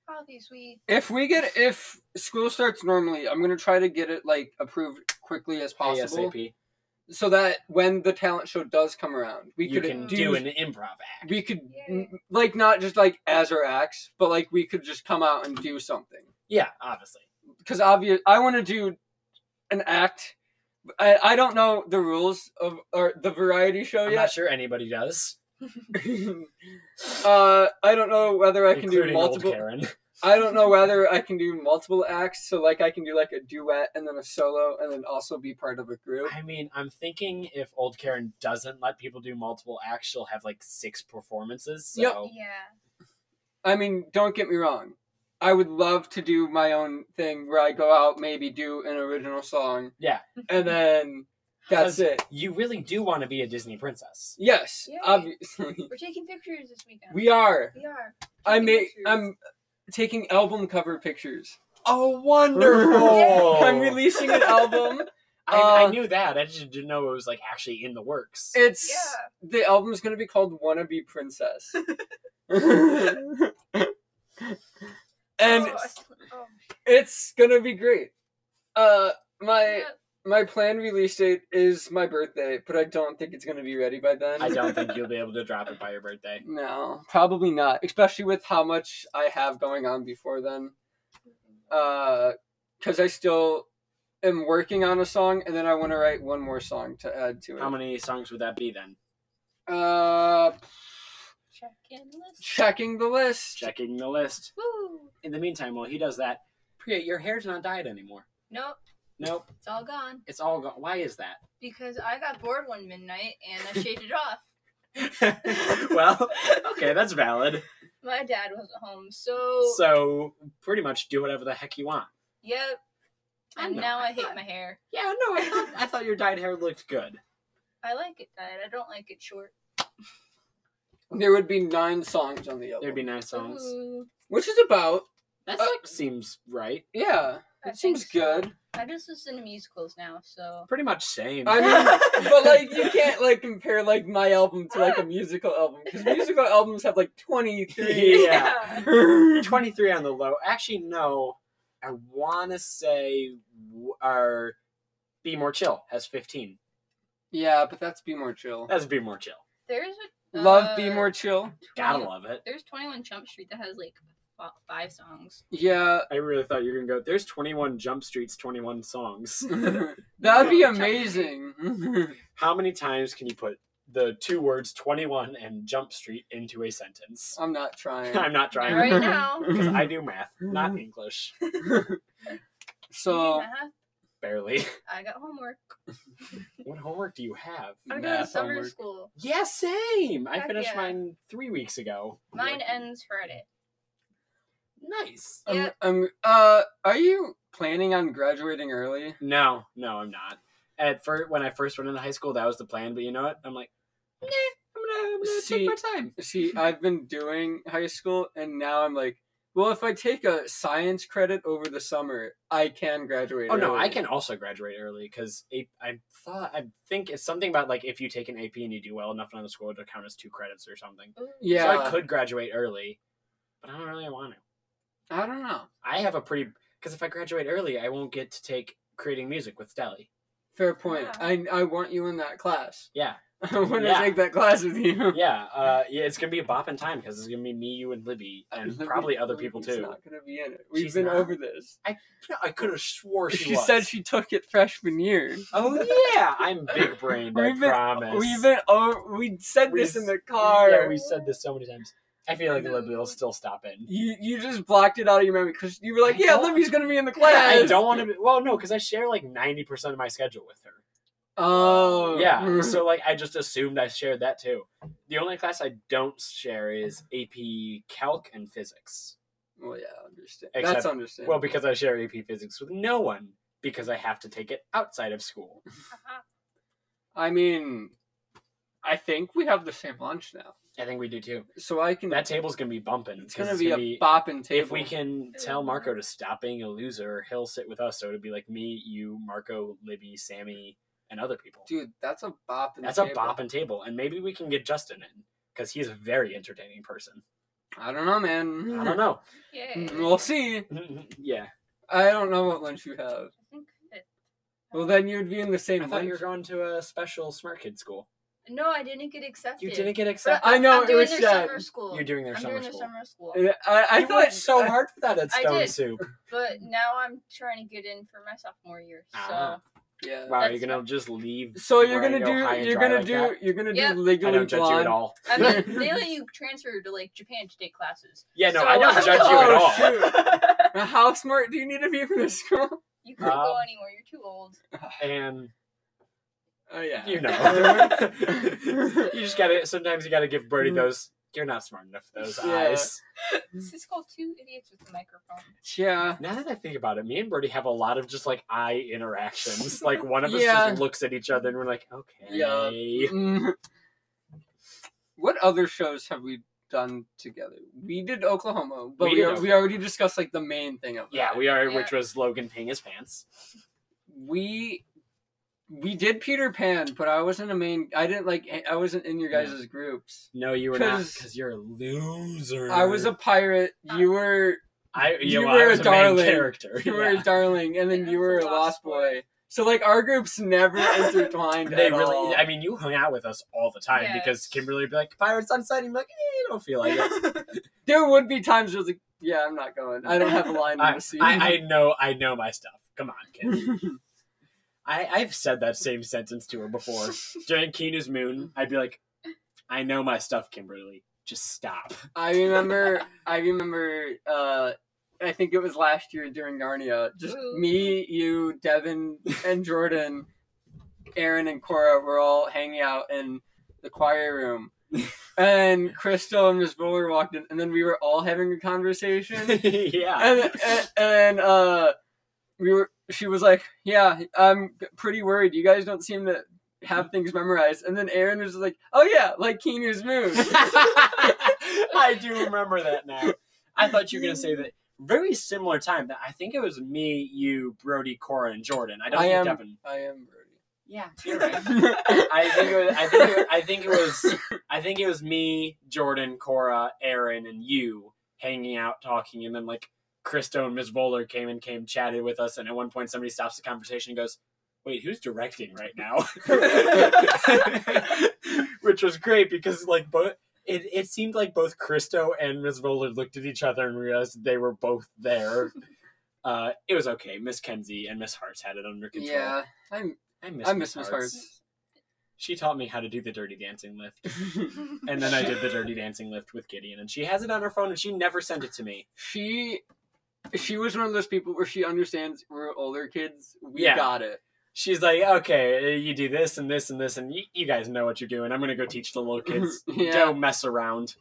all these we.
If we get if school starts normally, I'm gonna try to get it like approved quickly as possible,
ASAP.
so that when the talent show does come around, we
You
could
can
do,
do an improv act.
we could
Yeah.
like not just like as our acts, but like we could just come out and do something.
Yeah, obviously.
Because obvious, I want to do an act. I, I don't know the rules of or the variety show
I'm
yet.
not sure anybody does,
<laughs> uh, I don't know whether I can do
including old
multiple. <laughs>
Karen.
I don't know whether I can do multiple acts, so like I can do like a duet and then a solo and then also be part of a group.
I mean, I'm thinking if old Karen doesn't let people do multiple acts, she'll have like six performances. So
Yep.
Yeah.
I mean, don't get me wrong. I would love to do my own thing where I go out, maybe do an original song.
Yeah.
And then that's
Because-
it.
you really do want to be a Disney princess.
Yes,
Yay.
obviously.
<laughs> We're taking pictures this weekend.
We are.
We are.
I
taking
make
pictures.
I'm taking album cover pictures.
Oh, <laughs>
<laughs>
wonderful.
I'm releasing an album.
I, I
uh,
knew that. I just didn't know
<laughs>
it was like actually in the works.
It's
Yeah. <laughs>
the album's gonna be called Wanna Be Princess. and
Oh, I sl- oh,
it's gonna be great. Uh, my
yeah.
my planned release date is my birthday, but I don't think it's gonna be ready by then.
I don't think you'll be able to drop it by your birthday.
<laughs> No, probably not. Especially with how much I have going on before then. uh, Because I still am working on a song, and then I want to write one more song to add to it.
How many songs would that be then?
Uh,
Check in list.
checking the list.
Checking the list.
Woo!
In the meantime, while he does that, Priya, your hair's not dyed anymore.
Nope,
Nope,
it's all gone
it's all gone. Why is that? <laughs>
because I got bored one midnight and I shaved it off.
well, okay, that's valid.
My dad wasn't home, so,
So pretty much do whatever the heck you want.
yep.
I
And
know,
now
I
I hate
thought-
my hair.
Yeah, no, I thought I thought your dyed hair looked good.
I like it dyed. I don't like it short.
There would be nine songs on the album,
There'd be nine songs.
Ooh,
which is about
That
Uh,
like, seems right.
yeah.
I
It seems
think so.
<laughs>
good.
I just listen to musicals now, so
Pretty much same.
I
<laughs>
mean, but like you can't like compare like my album to like a musical album because musical albums have like twenty three. <laughs>
<laughs> Yeah. 23 on the low. Actually, no. I want to say w- our Be More Chill has 15.
yeah, but that's be more chill.
That's Be More Chill.
<laughs> there's a
Love be
uh,
more chill.
20
Gotta love it.
There's 21 Jump Street that has like f- five songs.
Yeah, <laughs>
I really thought you were going to go, there's 21 Jump Street's 21
<laughs>
songs.
that'd be amazing. <laughs>
How many times can you put the two words 21 and Jump Street into a sentence?
I'm not trying.
<laughs> I'm not trying.
<laughs>
Right now.
Because I do math,
<laughs>
not English.
so
I have-
Barely. <laughs>
I got homework.
What homework do you have?
I'm going to
Math
summer
homework.
school.
Yeah, same. I
Heck
finished
yeah.
mine three weeks ago.
Mine ends Friday.
Nice.
I'm,
Yep.
I'm- uh, are you planning on graduating early?
No, no, I'm not. At first, when I first went into high school, that was the plan. But you know what? I'm like, nah, I'm gonna, I'm gonna
See-
take my time.
See, I've been doing high school, and now I'm like, well, if I take a science credit over the summer, I can graduate.
Oh no,
early.
I can also graduate early because I thought I think it's something about like if you take an AP and you do well enough on the school to count as two credits or something.
Ooh.
Yeah.
So I could graduate early, but I don't really want to.
I don't know.
I have a pretty because if I graduate early, I won't get to take creating music with Deli.
Fair point.
Yeah.
I I want you in that class. <laughs>
Yeah,
I want to
Yeah.
take that class with <laughs> you.
yeah, uh, yeah. It's gonna be a bop in time because it's gonna be me, you, and Libby,
<laughs>
and
Libby-
probably other people
Libby's
too.
Not gonna be in it. We've
She's
been
not.
over this.
No, I could have swore she,
She
was.
said she took it freshman year.
Oh yeah, I'm big brained. I
We've been-
promise.
We've been oh we said
We
this in
s-
the car.
Yeah, we said this so many times. I feel like Libby will still stop in.
you you just blocked it out of your memory because you were like,
I
yeah,
don't-
Libby's gonna be in the class.
I don't want to. be Well, no, because I share like ninety percent of my schedule with her.
Oh
Yeah, so like I just assumed I shared that too. The only class I don't share is AP Calc and Physics.
well, yeah, understand. That's
Except-
understandable.
Well, because I share AP Physics with no one because I have to take it outside of school.
Haha.
I mean, I think we have the same lunch now,
I think we do too.
so I can.
That table's gonna be bumping.
it's gonna be a bopping table.
If we can tell Marco to stop being a loser, he'll sit with us. So it'd be like me, you, Marco, Libby, Sammy, and other people.
dude, that's a bopping.
That's
table.
a bopping table, and maybe we can get Justin in because he's a very entertaining person.
I don't know, man.
I don't know. <laughs>
<laughs>
Yay.
Mm, We'll see.
yeah,
I don't know what lunch you have.
I think that-
Well, then you'd be in the
I
same
thought
lunch.
you were going to a special smart kid school.
No, I didn't get accepted.
You didn't get
But
accepted.
I know,
I'm
it
doing
was
their
sad.
summer school.
You're doing their
I'm
summer
doing
school.
their summer school.
I, I,
you
thought
worked so
I-
hard for that at
I
Stone
did.
Soup.
But now I'm trying to get in for my sophomore year. So
Ah.
yeah.
Wow, you're
That's
gonna just leave.
So you're
where I
gonna
go high
do
and
you're
dry
gonna
like
do
that?
you're gonna do
Yep.
legally
I don't judge
blonde.
you at all. <laughs>
<laughs>
I mean, they let you transfer to like Japan to take classes.
Yeah, no,
So-
I don't judge you
Oh,
at all.
Now, How smart do you need to be for this <laughs> school?
You couldn't go
Um,
anywhere. You're too old.
and
Oh yeah. <laughs>
you know, <laughs> you just gotta. Sometimes you gotta give Brody those. You're not smart enough. for Those
Mm. Yeah.
eyes.
This is called Two Idiots with a Microphone.
<laughs> yeah.
Now that I think about it, me and Brody have a lot of just like eye
<laughs>
interactions. Like one of us
Yeah.
just looks at each other and we're like, okay.
Yeah. Mm. <laughs> What other shows have we done together? We did Oklahoma, but
We
we,
did
al- we
Oklahoma.
already discussed like the main thing of
Yeah,
that.
we are,
Yeah.
which was Logan peeing his pants.
we we did Peter Pan, but I wasn't a main. I didn't like. I wasn't in your
Yeah.
guys' groups.
No, you were not,
Cause-
because you're a loser.
I was a pirate. You were
I,
you
you, know,
were
I was
a
a main
darling.
character.
you were
yeah.
a darling, and then
And
you were a lost boy. So like our groups
<laughs>
never intertwined
They
at
really,
all.
I mean, you hung out with us all the time
Yes.
because Kimberly would be like, Pirates on site. And you'd be like, eh, I don't feel like
<laughs>
it.
there would be times where I was like, "Yeah, I'm not going. I don't have a line in
I,
the scene."
I, I know, I know my stuff. Come on, Kim.
<laughs>
I, I've said that same sentence to
<laughs>
her before. During Keena's Moon, I'd be like, I know my stuff, Kimberly. Just stop. <laughs>
I remember. I remember. Uh, I think it was last year during Narnia. Just
Ooh.
me, you, Devin, and Jordan, Aaron, and Cora were all hanging out in the choir room, and Crystal and Miss Bowler walked in, and then we were all having a
<laughs>
conversation, <laughs>
yeah.
and and, and uh, we were. She was like, "Yeah, I'm pretty worried. You guys don't seem to." Have things memorized, and then Aaron was like, "Oh yeah, like Keener's
<laughs>
moon."
I do remember that now. I thought you were going to say that very similar time that I think it was me, you, Brody, Cora, and Jordan. I don't
I
think
am-
Devin.
I am Brody.
<laughs>
Yeah, you're right. I think it was, I
<laughs>
think it, I think it was I think it was me, Jordan, Cora, Aaron, and you hanging out talking, and then like Christo and Ms. Bowler came and came chatted with us, and at one point somebody stops the conversation and goes, "Wait, who's directing right now?" <laughs> Which was great because like both. It, it seemed like both Christo and Ms. Bowler looked at each other and realized they were both there.
<laughs>
Uh, it was okay. Miss Kenzie and Miss Hearts had it under control.
yeah, I'm.
I miss,
I
Miss
miss Miss
Hearts.
Hearts.
She taught me how to do the dirty dancing lift. <laughs> And then I did the dirty dancing lift with Gideon, and she has it on her phone, and she never sent it to me.
she, she was one of those people where she understands we're older kids. We
Yeah.
got it.
She's like, okay, you do this and this and this, and you, you guys know what you're doing. I'm going to go teach
<laughs>
the little kids.
Yeah.
Don't mess around.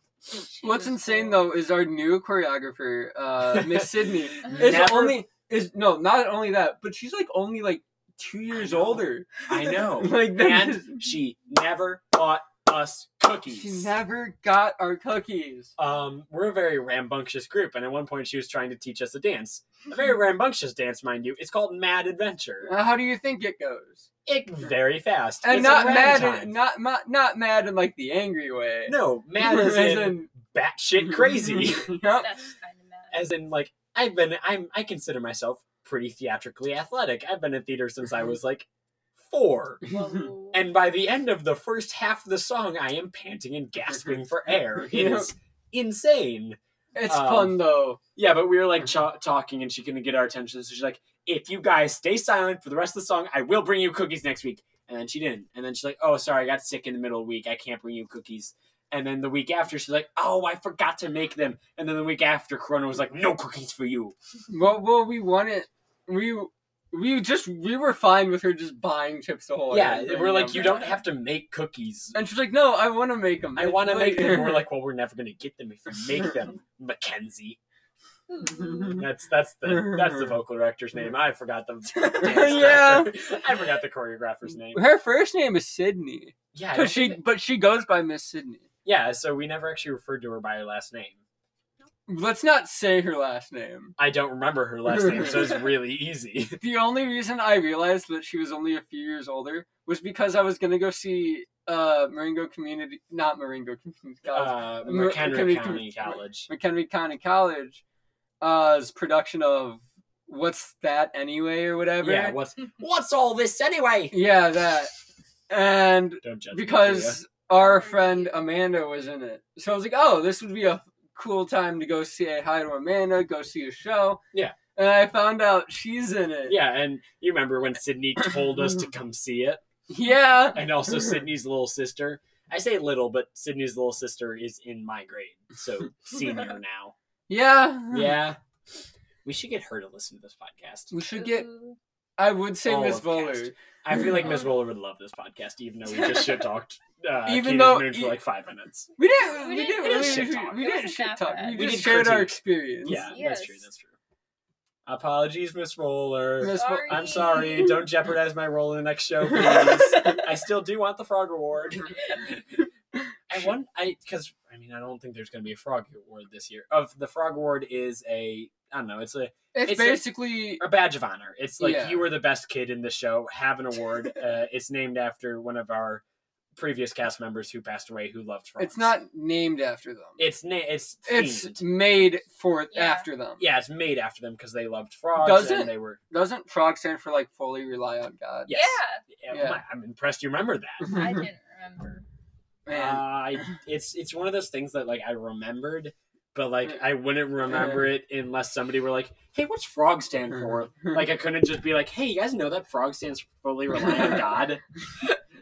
What's insane though is our new choreographer,
<laughs>
uh, Miss Sydney, is
Never-
only is no, not only that, but she's like only like two years
know.
older. <laughs>
I know.
Like that. is-
and she never bought us
She
cookies.
never got our cookies.
um, we're a very rambunctious group, and at one point she was trying to teach us a dance. A very rambunctious dance, mind you. It's called Mad Adventure.
Uh, How do you think it goes?
It very fast.
And
It's
not
around
mad,
time.
in, not, not not mad in like the angry way.
<laughs> no, mad as in <laughs> batshit crazy.
Yup.
That's kind of mad.
as in like I've been I'm I consider myself pretty theatrically athletic. I've been in theater since I was like four.
Whoa.
And by the end of the first half of the song I am panting and <laughs> gasping for air. It is insane.
It's
Um,
fun though.
Yeah, but we were like cha talking and she couldn't get our attention. So she's like, if you guys stay silent for the rest of the song, I will bring you cookies next week. And then she didn't. And then she's like, oh, sorry, I got sick in the middle of the week. I can't bring you cookies. And then the week after, she's like, oh, I forgot to make them. And then the week after, Corona was like, no cookies for you.
Well, well, we wanted we we just we were fine with her just buying chips Ahoy.
yeah,
and bringing
we're like,
them
you
back.
don't have to make cookies.
<laughs> And she's like, no, I want to make them.
I want to make them. We're like, well, we're never going to get them if you make <laughs> them, Mackenzie.
Ooh.
<laughs>
That's that's the that's the vocal director's name. I forgot <laughs> the dance
Yeah.
director. I forgot the choreographer's name.
her first name is Sydney,
Yeah, I don't
because she
think
but she goes by Miss Sydney.
Yeah, so we never actually referred to her by her last name.
Let's not say her last name.
I don't remember her last name,
<laughs>
so it's really easy.
The only reason I realized that she was only a few years older was because I was gonna go see uh Marengo Community, not Marengo Community College,
Uh,
Mer-
McHenry
Henry
County
Com-
College.
McHenry County College uh's production of what's that anyway or whatever. <laughs>
Yeah, what's what's all this anyway?
Yeah, that. And
Don't judge me,
because our friend Amanda was in it. So I was like, "Oh, this would be a cool time to go say hi to Amanda, go see a show."
Yeah.
And I found out she's in
Leah.
it.
Yeah, and you remember when Sydney told us to come see it,
Yeah. <laughs>
and also Sydney's little sister. I say little, but Sydney's little sister is in my grade, so
<laughs>
senior now.
Yeah.
Yeah, we should get her to listen to this podcast.
We should get
Ooh.
I would say
All
Miss
of
Bowler.
cast. I feel
<laughs>
like Miss Roller would love this podcast, even though we just shit talked. Uh,
Even
Keenan's
though- e
Moon for like five minutes.
We didn't
We
we
didn't-
didn't
we
really
didn't
we
shit
didn't
talk.
we
It
didn't
wasn't
shit
that
talk.
bad.
We
We
just
did
shared our
critique.
experience.
Yeah, that's true.
Yes.
That's true. Apologies, Miss Roller.
Miss-
Sorry.
I'm sorry. Don't jeopardize my role in the
<laughs>
next show, please. I still do want the frog award. I want I because I mean I don't think there's going to be a frog award this year. Of the frog award is a I don't know. It's a
It's,
It's a-
basically
a badge of honor. It's like
Yeah.
you were the best kid in the show. Have an
<laughs>
award. uh, it's named after one of our previous cast members who passed away who loved France.
it's not named after them.
It's na- it's
It's,
themed.
made for
Yeah.
after them.
yeah, it's made after them because they loved frogs
Does
and
it?
they were.
Doesn't frog stand for like fully rely on God? <laughs>
Yes.
Yeah.
I'm- I'm impressed you remember that.
<laughs>
Yeah, I didn't remember.
<laughs> Uh,
Man,
I, it's it's one of those things that like I remembered, but like
Yeah. Mm-hmm.
I wouldn't remember it unless somebody were like, "Hey, what's frog stand for?"
<laughs>
Like I couldn't just be like, "Hey, you guys know that frog stands for fully rely on God."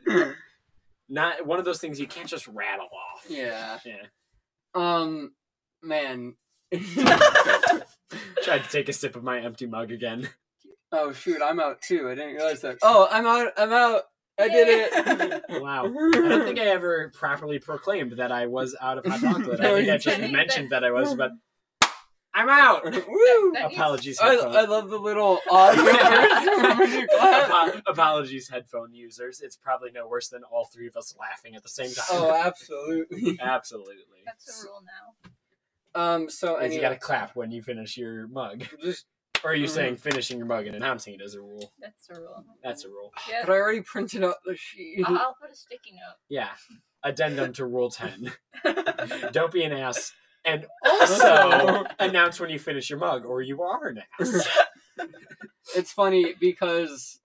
<laughs>
Not one of those things you can't just rattle off.
yeah.
Yeah.
Um, man.
Tried to take a sip of my empty mug again.
oh shoot, I'm out too. I didn't realize that. Oh, I'm out. I'm out. I did it. <laughs>
Wow. I don't think I ever properly proclaimed that I was out
<laughs>
of hot chocolate. I
No,
think
you
I just
didn't.
mentioned that I
<laughs>
was, but I'm out.
Woo!
That means-
Apologies.
I,
headphone-
I love the little
<laughs>
audio. when you clap.
Apo- apologies, headphone users. It's probably no worse than all three of us laughing at the same time.
<laughs> oh, absolutely.
<laughs> absolutely.
That's a rule now.
Um. So
Is you
anyway,
gotta clap when you finish your mug.
just
Or are you
Mhm.
saying finishing your mug and announcing it as a rule?
That's a rule.
<sighs>
That's a rule.
Yeah.
but I already printed out the sheet.
I'll, I'll put a sticky note.
Yeah. Addendum to Rule
<laughs>
10. Don't be an ass. And
Oh.
also announce when you finish your mug, or you are an ass.
it's funny because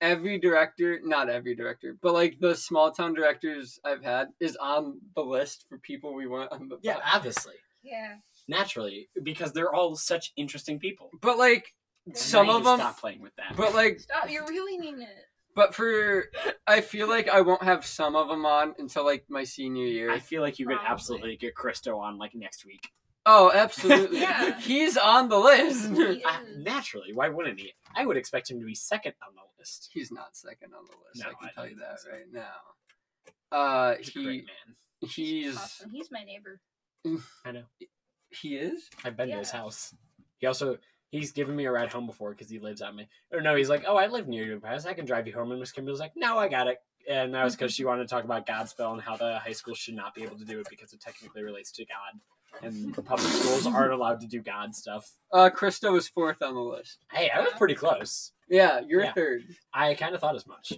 every director not every director but like the small town directors i've had is on the list for people we want on the
Yeah,
pod.
obviously.
Yeah.
Naturally. Because they're all such interesting people.
but like some
Now you
of
just
them
stop playing with that.
but like
Stop, you're ruining it.
but for i feel like i won't have some of them on until like my senior
I
year
feel like you could
Probably.
absolutely get Christo on like next week.
oh absolutely
<laughs> Yeah.
he's on the list
He
Uh,
is-
naturally, why wouldn't he? I would expect him to be second on the list.
he's not second on the list
No,
i can
I
tell you
don't
that
think so.
right now uh
He's a
he
great man.
he's
awesome. He's my neighbor.
I know.
he is
I've been to his
Yeah.
house. He also he's given me a ride home before because he lives at me. Or no, he's like, oh, I live near your house. I can drive you home. And Miss Kimberly's like, no, I got it. And that was because she wanted to talk about Godspell and how the high school should not be able to do it because it technically relates to God, and public schools aren't allowed to do God stuff.
uh krista was fourth on the list
Hey, I was pretty close.
yeah you're
Yeah.
third
<laughs> I kind of thought as much.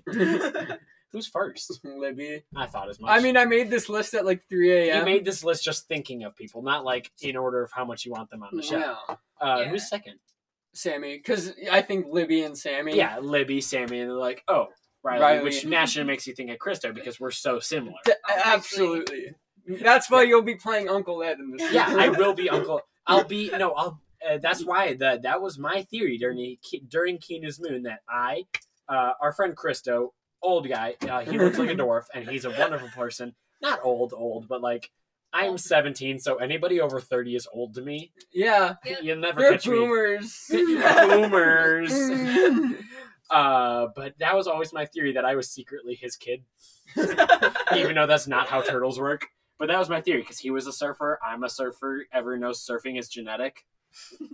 Who's first?
<laughs> Libby.
I thought as much.
I mean, I made this list at like 3
You
a.m.
made this list just thinking of people, not like in order of how much you want them on the show.
no,
Uh,
Yeah.
Who's second?
Sammy, because I think Libby and Sammy.
yeah, Libby, Sammy, and they're like, oh, Riley,
Riley.
which naturally makes you think of Christo because we're so similar.
d-
Obviously.
absolutely. That's why you'll be playing Uncle Ed in this.
yeah, I
season.
will be Uncle. I'll be no. I'll. Uh, that's why the, that was my theory during the, Ki- during Kinu's moon that I, uh, our friend Christo, old guy, uh, he looks like a dwarf and he's a wonderful person. Not old, old, but like I'm 17, so anybody over 30 is old to me.
yeah.
Yeah.
You'll never
They're
catch me. <laughs>
boomers. <laughs>
boomers. Uh, but that was always my theory that I was secretly his kid, even though that's not how turtles work. But that was my theory because he was a surfer. I'm a surfer. Everyone knows surfing is genetic.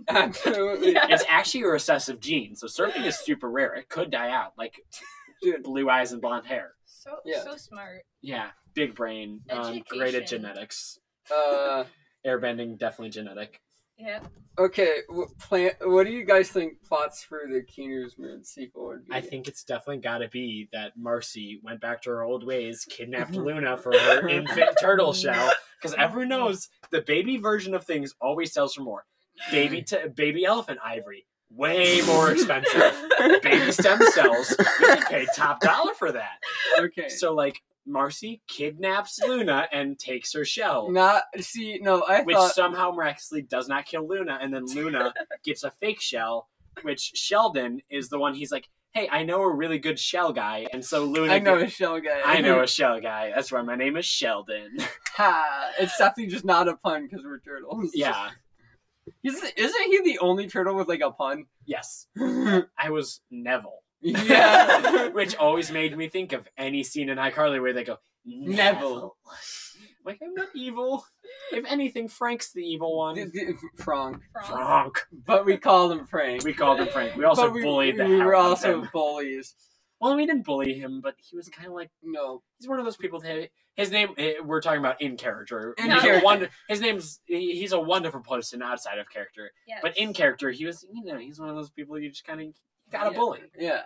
absolutely,
Yeah.
It's actually a recessive gene, so surfing is super rare. It could die out, like
dude.
blue eyes and blonde hair.
<laughs> So
Yeah.
so smart.
Yeah, big brain, um, great at
Education.
genetics.
Uh,
Airbending definitely genetic.
Yeah.
okay, what, plan- what do you guys think plots for the Kinu's Moon sequel would be? <laughs>
I think it's definitely got to be that Marcy went back to her old ways, kidnapped Luna for her infant turtle shell, because everyone knows the baby version of things always sells for more. Baby, t- baby elephant ivory, way more expensive. baby stem cells, you pay top dollar for that.
Okay.
So like Marcy kidnaps Luna and takes her shell,
not see no <laughs> I
which
thought
somehow miraculously does not kill Luna, and then
<laughs>
Luna gets a fake shell, which Sheldon is the one he's like, "Hey, I know a really good shell guy," and so Luna.
I know a shell guy.
I know a shell guy. That's why my name is Sheldon. <laughs>
Ha! It's definitely just not a pun because we're turtles.
yeah.
Is, isn't he the only turtle with like a
<laughs>
pun?
Yes. I was Neville.
yeah.
<laughs> Which always made me think of any scene in iCarly where they go, Neville.
Neville.
Like, I'm not evil. If anything, Frank's the evil
D-
one.
d- Frank.
Wrong.
Frank.
But we call him Frank.
We called him Frank. We also
But we,
bullied the
We
hell
were
out of
also
him.
bullies.
Well, we didn't bully him, but he was kind of like
No.
he's one of those people that his name. eh, We're talking about in character.
In
He's a
character.
wonder- his name's he- he's a wonderful person outside of character,
Yes.
but in character, he was you know he's one of those people you just kind of gotta
Yeah.
bully.
Yeah.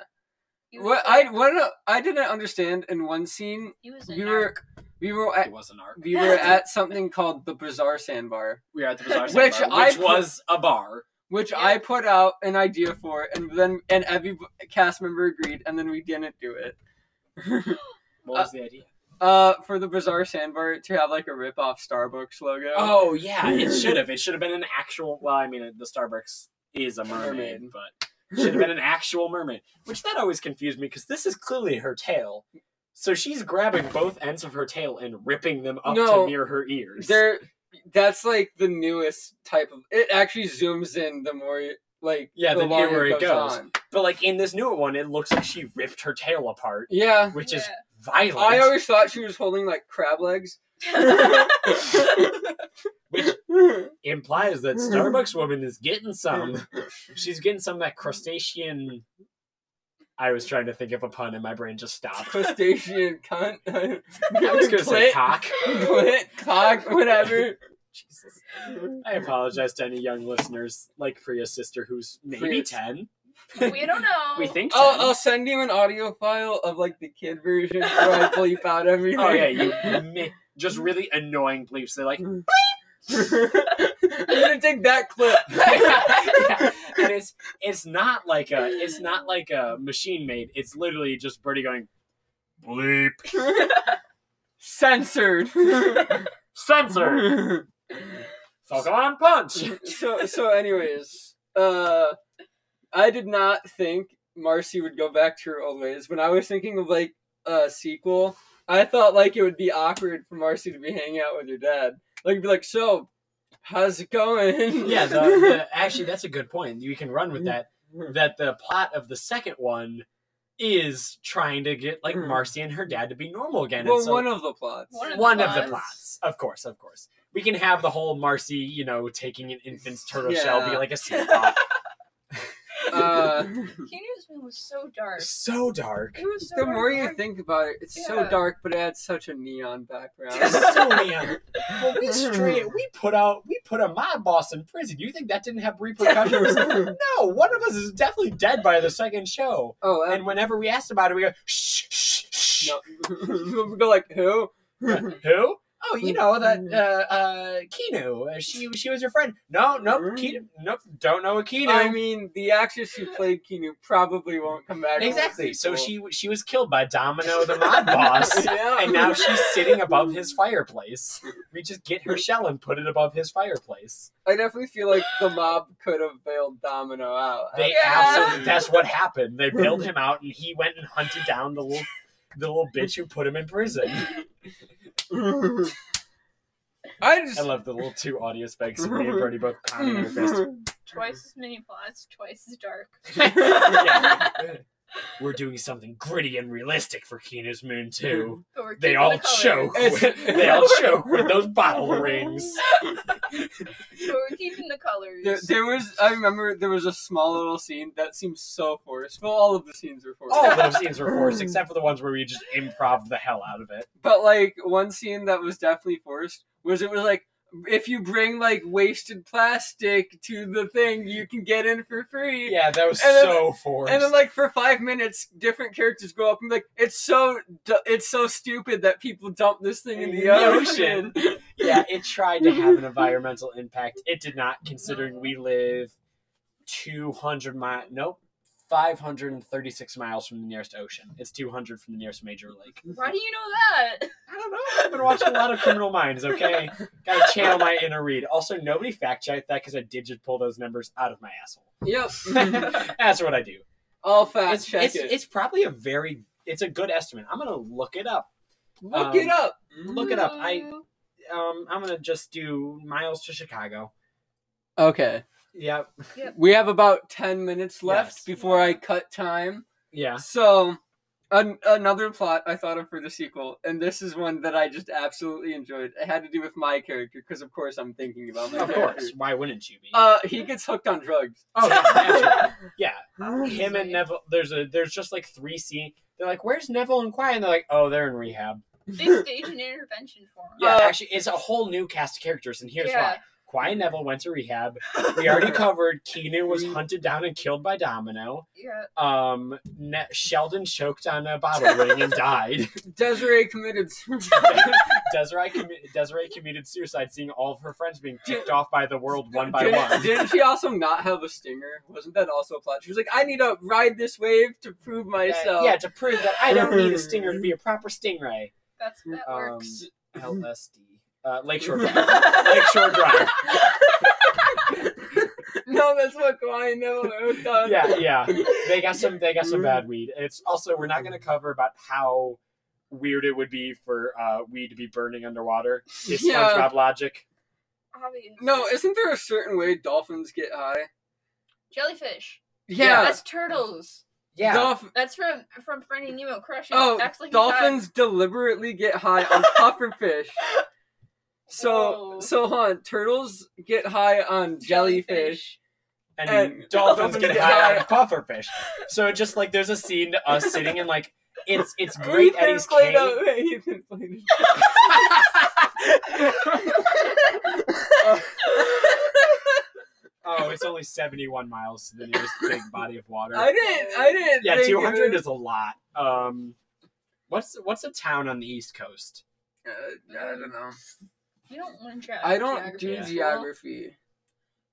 He was
What
a-
I what a- I didn't understand in one scene
He was a
we were we were at
It was an arc.
we were at something called the Bizarre Sandbar,
We are at the
<laughs>
bizarre
Which
Sandbar,
I
which
put-
was a bar.
which
Yeah.
I put out an idea for, and then and every cast member agreed, and then we didn't do it.
What was the idea?
Uh, for the Bizarre Sandbar to have like a rip off Starbucks logo.
Oh yeah, it should have. It should have been an actual. Well, I mean, the Starbucks is a mermaid,
Mermaid.
but it should have been an actual mermaid. Which that always confused me because this is clearly her tail. So she's grabbing both ends of her tail and ripping them up
No.
to near her ears.
There, that's like the newest type of. It actually zooms in the more you- like
Yeah, the
longer
newer it goes.
on.
But like in this newer one, it looks like she ripped her tail apart,
Yeah,
which is
Yeah.
violent.
I always thought she was holding like crab
<laughs>
legs. <laughs>
implies that Starbucks woman is getting some. She's getting some of that crustacean. I was trying to think of a pun, and my brain just stopped.
Crustacean cunt. <laughs> I
I was gonna say cock.
Clit, cock,
<laughs>
whatever.
Jesus. I apologize to any young listeners like Priya's sister who's maybe
Priya's-
10.
<laughs> we don't know.
We think 10.
I'll, I'll send you an audio file of like the kid version where I bleep out everything.
oh, yeah, you mi- just really annoying bleeps. They're like,
I'm gonna take that clip.
<laughs> Yeah. and it's it's not like a it's not like a machine made. It's literally just Birdie going bleep
Censored.
<laughs> censor fuck on punch.
so so anyways, uh I did not think Marcy would go back to her old ways. When I was thinking of like a sequel, I thought like it would be awkward for Marcy to be hanging out with your dad. Like be like, so how's it going?
Yeah,
<laughs>
the, the, actually that's a good point. You can run with that. That the plot of the second one is trying to get like Marcy and her dad to be normal again. and
well,
so-
one of the plots.
One of the
one of
plots.
the plots. Of course, of course. We can have the whole Marcy, you know, taking an infant's turtle shell be
Yeah.
<laughs>
like a sea plot.
Uh,
Newsman was so dark. <laughs>
so dark.
It was so
the more you
dark.
think about it, it's so
Yeah.
dark, but it had such a neon background.
<laughs>
<laughs>
so neon. Well,
<laughs>
we straight we put out we put a mob boss in prison. You think that didn't have repercussions?
<laughs>
no, one of us is definitely dead by the second show.
oh, that,
And whenever we asked about it, we go shh shh shh.
no. <laughs> we go like
<laughs>
who?
Who? Oh,
Mm,
you know that uh, uh, Kinu. Uh, She she was your friend. No, nope,
Mm.
Kinu. Nope, don't know a Kinu.
I mean, the actress who played Kinu probably won't come back. in the
Exactly. So
sequel.
she she was killed by Domino the <laughs> Mod
<laughs>
Boss,
yeah.
and now she's sitting above his fireplace. We just get her shell and put it above his fireplace.
I definitely feel like the mob could have bailed Domino out.
They
Yeah.
absolutely that's what happened. They bailed him out, and he went and hunted down the little the little bitch who put him in prison.
<laughs> I just. hmm.
I love the little two audio spikes of me and Birdie both pounding our <laughs> fist.
Twice as many plots, twice as dark.
<laughs> Yeah. We're doing something gritty and realistic for Kinu's Moon too.
But we're
They
keeping the
all
colors.
choke.
<laughs> It's-
they <laughs> all choke with those bottle rings.
But we're keeping the colors.
There, there was, I remember there was a small little scene that seems so forced. Well, all of the scenes were forced.
All of
<laughs>
those scenes were forced, except for the ones where we just improv the hell out of it.
But like one scene that was definitely forced was it was like if you bring like wasted plastic to the thing, you can get in for free.
Yeah, that was
And then-
so forced.
And then, like for five minutes, different characters go up and be like, "It's so, du- it's so stupid that people dump this thing in
<laughs>
the
In the
ocean."
ocean. yeah, it tried to have an environmental impact. It did not, considering we live 200 miles. Nope. 536 miles from the nearest ocean. It's 200 from the nearest major lake.
Why do you know that?
I don't know. I've been watching a lot of Criminal Minds, okay? Gotta channel my inner read. Also, nobody fact checked that because I did just pull those numbers out of my asshole.
<laughs> Yep, <laughs>
That's what I do.
all fact
it's,
check
it's,
it.
it's probably a very it's a good estimate i'm gonna look it up
Look
um,
it up.
look it up i
Ooh.
um i'm gonna just do miles to chicago
Okay,
yeah
we have about ten minutes left
Yes.
before I cut time.
yeah
So, An- another plot I thought of for the sequel, and this is one that I just absolutely enjoyed. It had to do with my character because, of course, I'm thinking about my
Of
character. <laughs>
course. Why wouldn't you be?
Uh, he gets hooked on drugs.
oh, yeah, naturally. yeah. Him
Obviously.
and Neville. There's a. There's just like three scenes. They're like, "Where's Neville and Quiet?" And they're like, "Oh, they're in rehab."
They stage an intervention for him.
Yeah,
Uh,
actually, it's a whole new cast of characters, and here's why. Quiet and Neville went to rehab. We already covered Keanu was hunted down and killed by Domino.
Yeah.
Um, ne- Sheldon choked on a bottle ring and died.
<laughs> Desiree committed.
Desiree, commi- Desiree committed suicide, seeing all of her friends being kicked off by the world one <laughs> by
Did-
one.
Didn't she also not have a stinger? Wasn't that also a plot? She was like, I need to ride this wave to prove myself. <laughs>
Yeah, to prove that I don't need a stinger to be <laughs> a proper stingray.
That's that
Um, <laughs>
works.
LSD. Uh, <laughs> Lakeshore Drive. Lakeshore Drive.
no, that's what Kawaii Neville hooked on.
Yeah, yeah. They got some. They got some bad weed. It's also we're not going to cover about how weird it would be for uh, weed to be burning underwater. <laughs> It's
Yeah.
SpongeBob logic.
Obvious.
No, isn't there a certain way dolphins get high?
jellyfish.
Yeah.
That's turtles.
Dolph-
That's from from Finding Nemo. Crushing.
Oh,
acts like he's hot.
dolphins deliberately get high on pufferfish. So,
Whoa.
so hon, turtles get high on jellyfish.
and,
And
dolphins
dolphins
get <laughs>
get
high
high.
on pufferfish. So it just like there's a scene to us sitting in like it's it's great
Ethan
Eddie's
played
cave.
a- <laughs> Ethan played a-
Oh, it's only seventy one miles to the nearest <laughs> big body of water.
I didn't. I didn't.
yeah,
think
two hundred
it-
is a lot. Um, what's what's a town on the East Coast?
Uh, I don't know.
You don't learn ge-
I don't
geography
do
at school.
geography.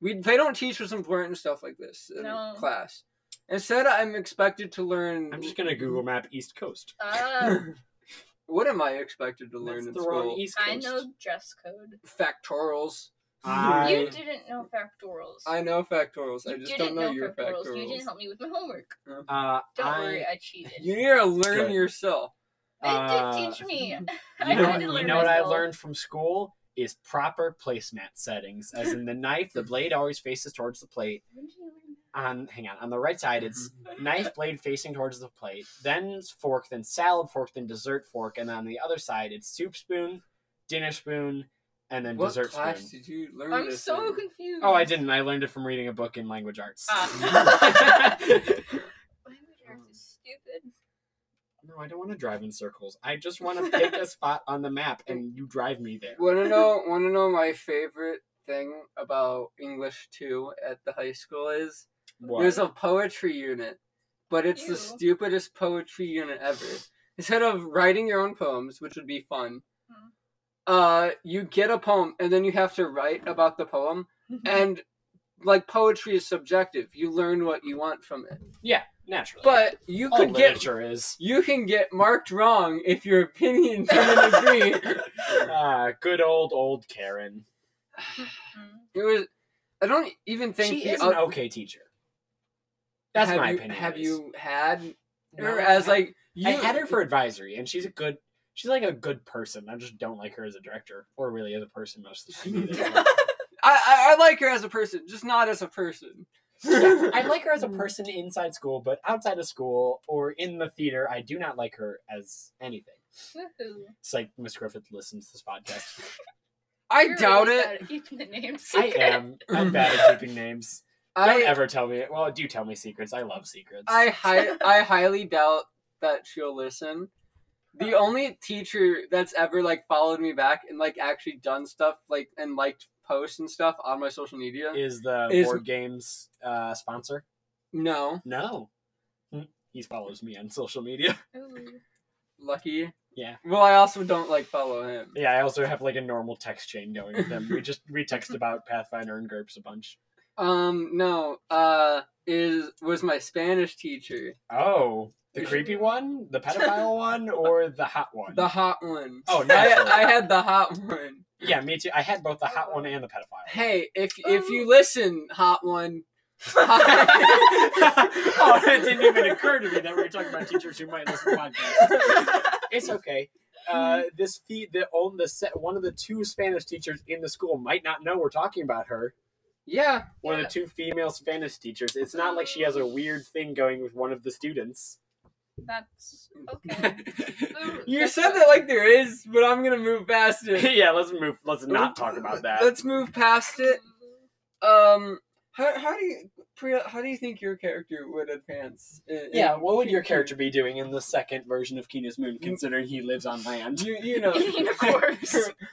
We they don't teach us important stuff like this in
No.
class. Instead, I'm expected to learn.
I'm just gonna Google Map East Coast.
Ah,
What am I expected to learn
That's
in
the
school?
wrong East Coast.
I
<laughs>
know dress code.
Factorials.
I-
You didn't know factorials.
I know factorials. I
You
just don't
didn't
know, your
factorials.
factorials.
You didn't help me with my homework.
Uh,
Don't
I,
worry, I cheated.
You need to learn
Good.
yourself.
Uh,
they did
<laughs>
teach me. <laughs>
You
I
know,
had to
you
learn
know what I
myself.
learned from school is proper placemat settings. As in the knife, the blade always faces towards the plate.
When did you learn
On hang on, on the right side,
Mm-hmm.
it's
Mm-hmm.
knife blade facing towards the plate. Then fork, then salad fork, then dessert fork, and on the other side, it's soup spoon, dinner spoon, and then
What
dessert
class
spoon.
did you learn
that? I'm
this
so
in?
confused.
Oh, I didn't. I learned it from reading a book in language arts.
Ah. Language arts is stupid.
<laughs> no, I don't want to drive in circles. I just want to
<laughs>
pick a spot on the map, and you drive me there.
<laughs>
Want to know? Want to know my favorite thing about English two at the high school is
What?
there's a poetry unit, but it's
Ew.
the stupidest poetry unit ever. Instead of writing your own poems, which would be fun,
Hmm.
uh, you get a poem and then you have to write about the poem. And like poetry is subjective; you learn what you want from it.
Yeah, naturally.
But you
all
could get
literature is.
you can get marked wrong if your opinion didn't agree.
<laughs> Ah, good old old Karen.
Mm.
It was. I don't even think
she
the
is
oth-
an okay teacher. That's
Uh, have
my
you,
opinion.
Have
is.
you had
No,
her
I
as
had-
like you?
I had her for advisory, and she's a good. She's like a good person. I just don't like her as a director, or really as a person most of the
<laughs>
time. either.
I, I I like her as a person, just not as a person.
Yeah,
<laughs>
I like her
Mm.
as a person inside school, but outside of school or in the theater, I do not like her as anything.
<laughs>
<laughs> Woohoo.
It's like Miss Griffith listens to this podcast.
I
You're
doubt
really
it.
bad at keeping the
<laughs>
name
I
secret.
am. I'm bad at keeping names. Don't
I
ever tell me. Well, do tell me secrets. I love secrets. <laughs>
I hi- I highly doubt that she'll listen. The only teacher that's ever like followed me back and like actually done stuff like and liked posts and stuff on my social media.
is the
Is-
board games uh, sponsor?
No,
No. Hmm. He follows me on social media. <laughs>
Ooh.
lucky.
Yeah.
Well, I also don't like follow him.
Yeah, I also have like a normal text chain going with him. <laughs> We just we text about Pathfinder and GURPS a bunch.
Um, no. Uh, is was my Spanish teacher
Oh, the creepy one, the <laughs> pedophile one, or the hot one?
the hot one? <laughs>
oh,
I,
naturally.
I had the hot one.
yeah, me too. I had both the hot one and the <laughs> pedophile.
Hey, if if
Um.
you listen, hot one.
<laughs>
<laughs>
oh, it didn't <laughs> even occur to me that we were talking about teachers who might listen to podcasts. It's okay. Uh, this fee, the on the set, one of the two Spanish teachers in the school might not know we're talking about her.
<laughs> Yeah,
One
Yeah.
of the two female Spanish teachers. It's not like she has a weird thing going with one of the students.
That's
<laughs>
okay. Ooh,
You
that's
said
a-
that like there is, but I'm gonna move past it.
<laughs> yeah, let's move. Let's not talk about that.
Let's move past <laughs> it. Um, how, how do you Priya? How do you think your character would advance? i- in-
Yeah, what would your character be doing in the second version of Kina's Moon, considering he lives on <laughs> land?
You you know.
<laughs> Unicorns.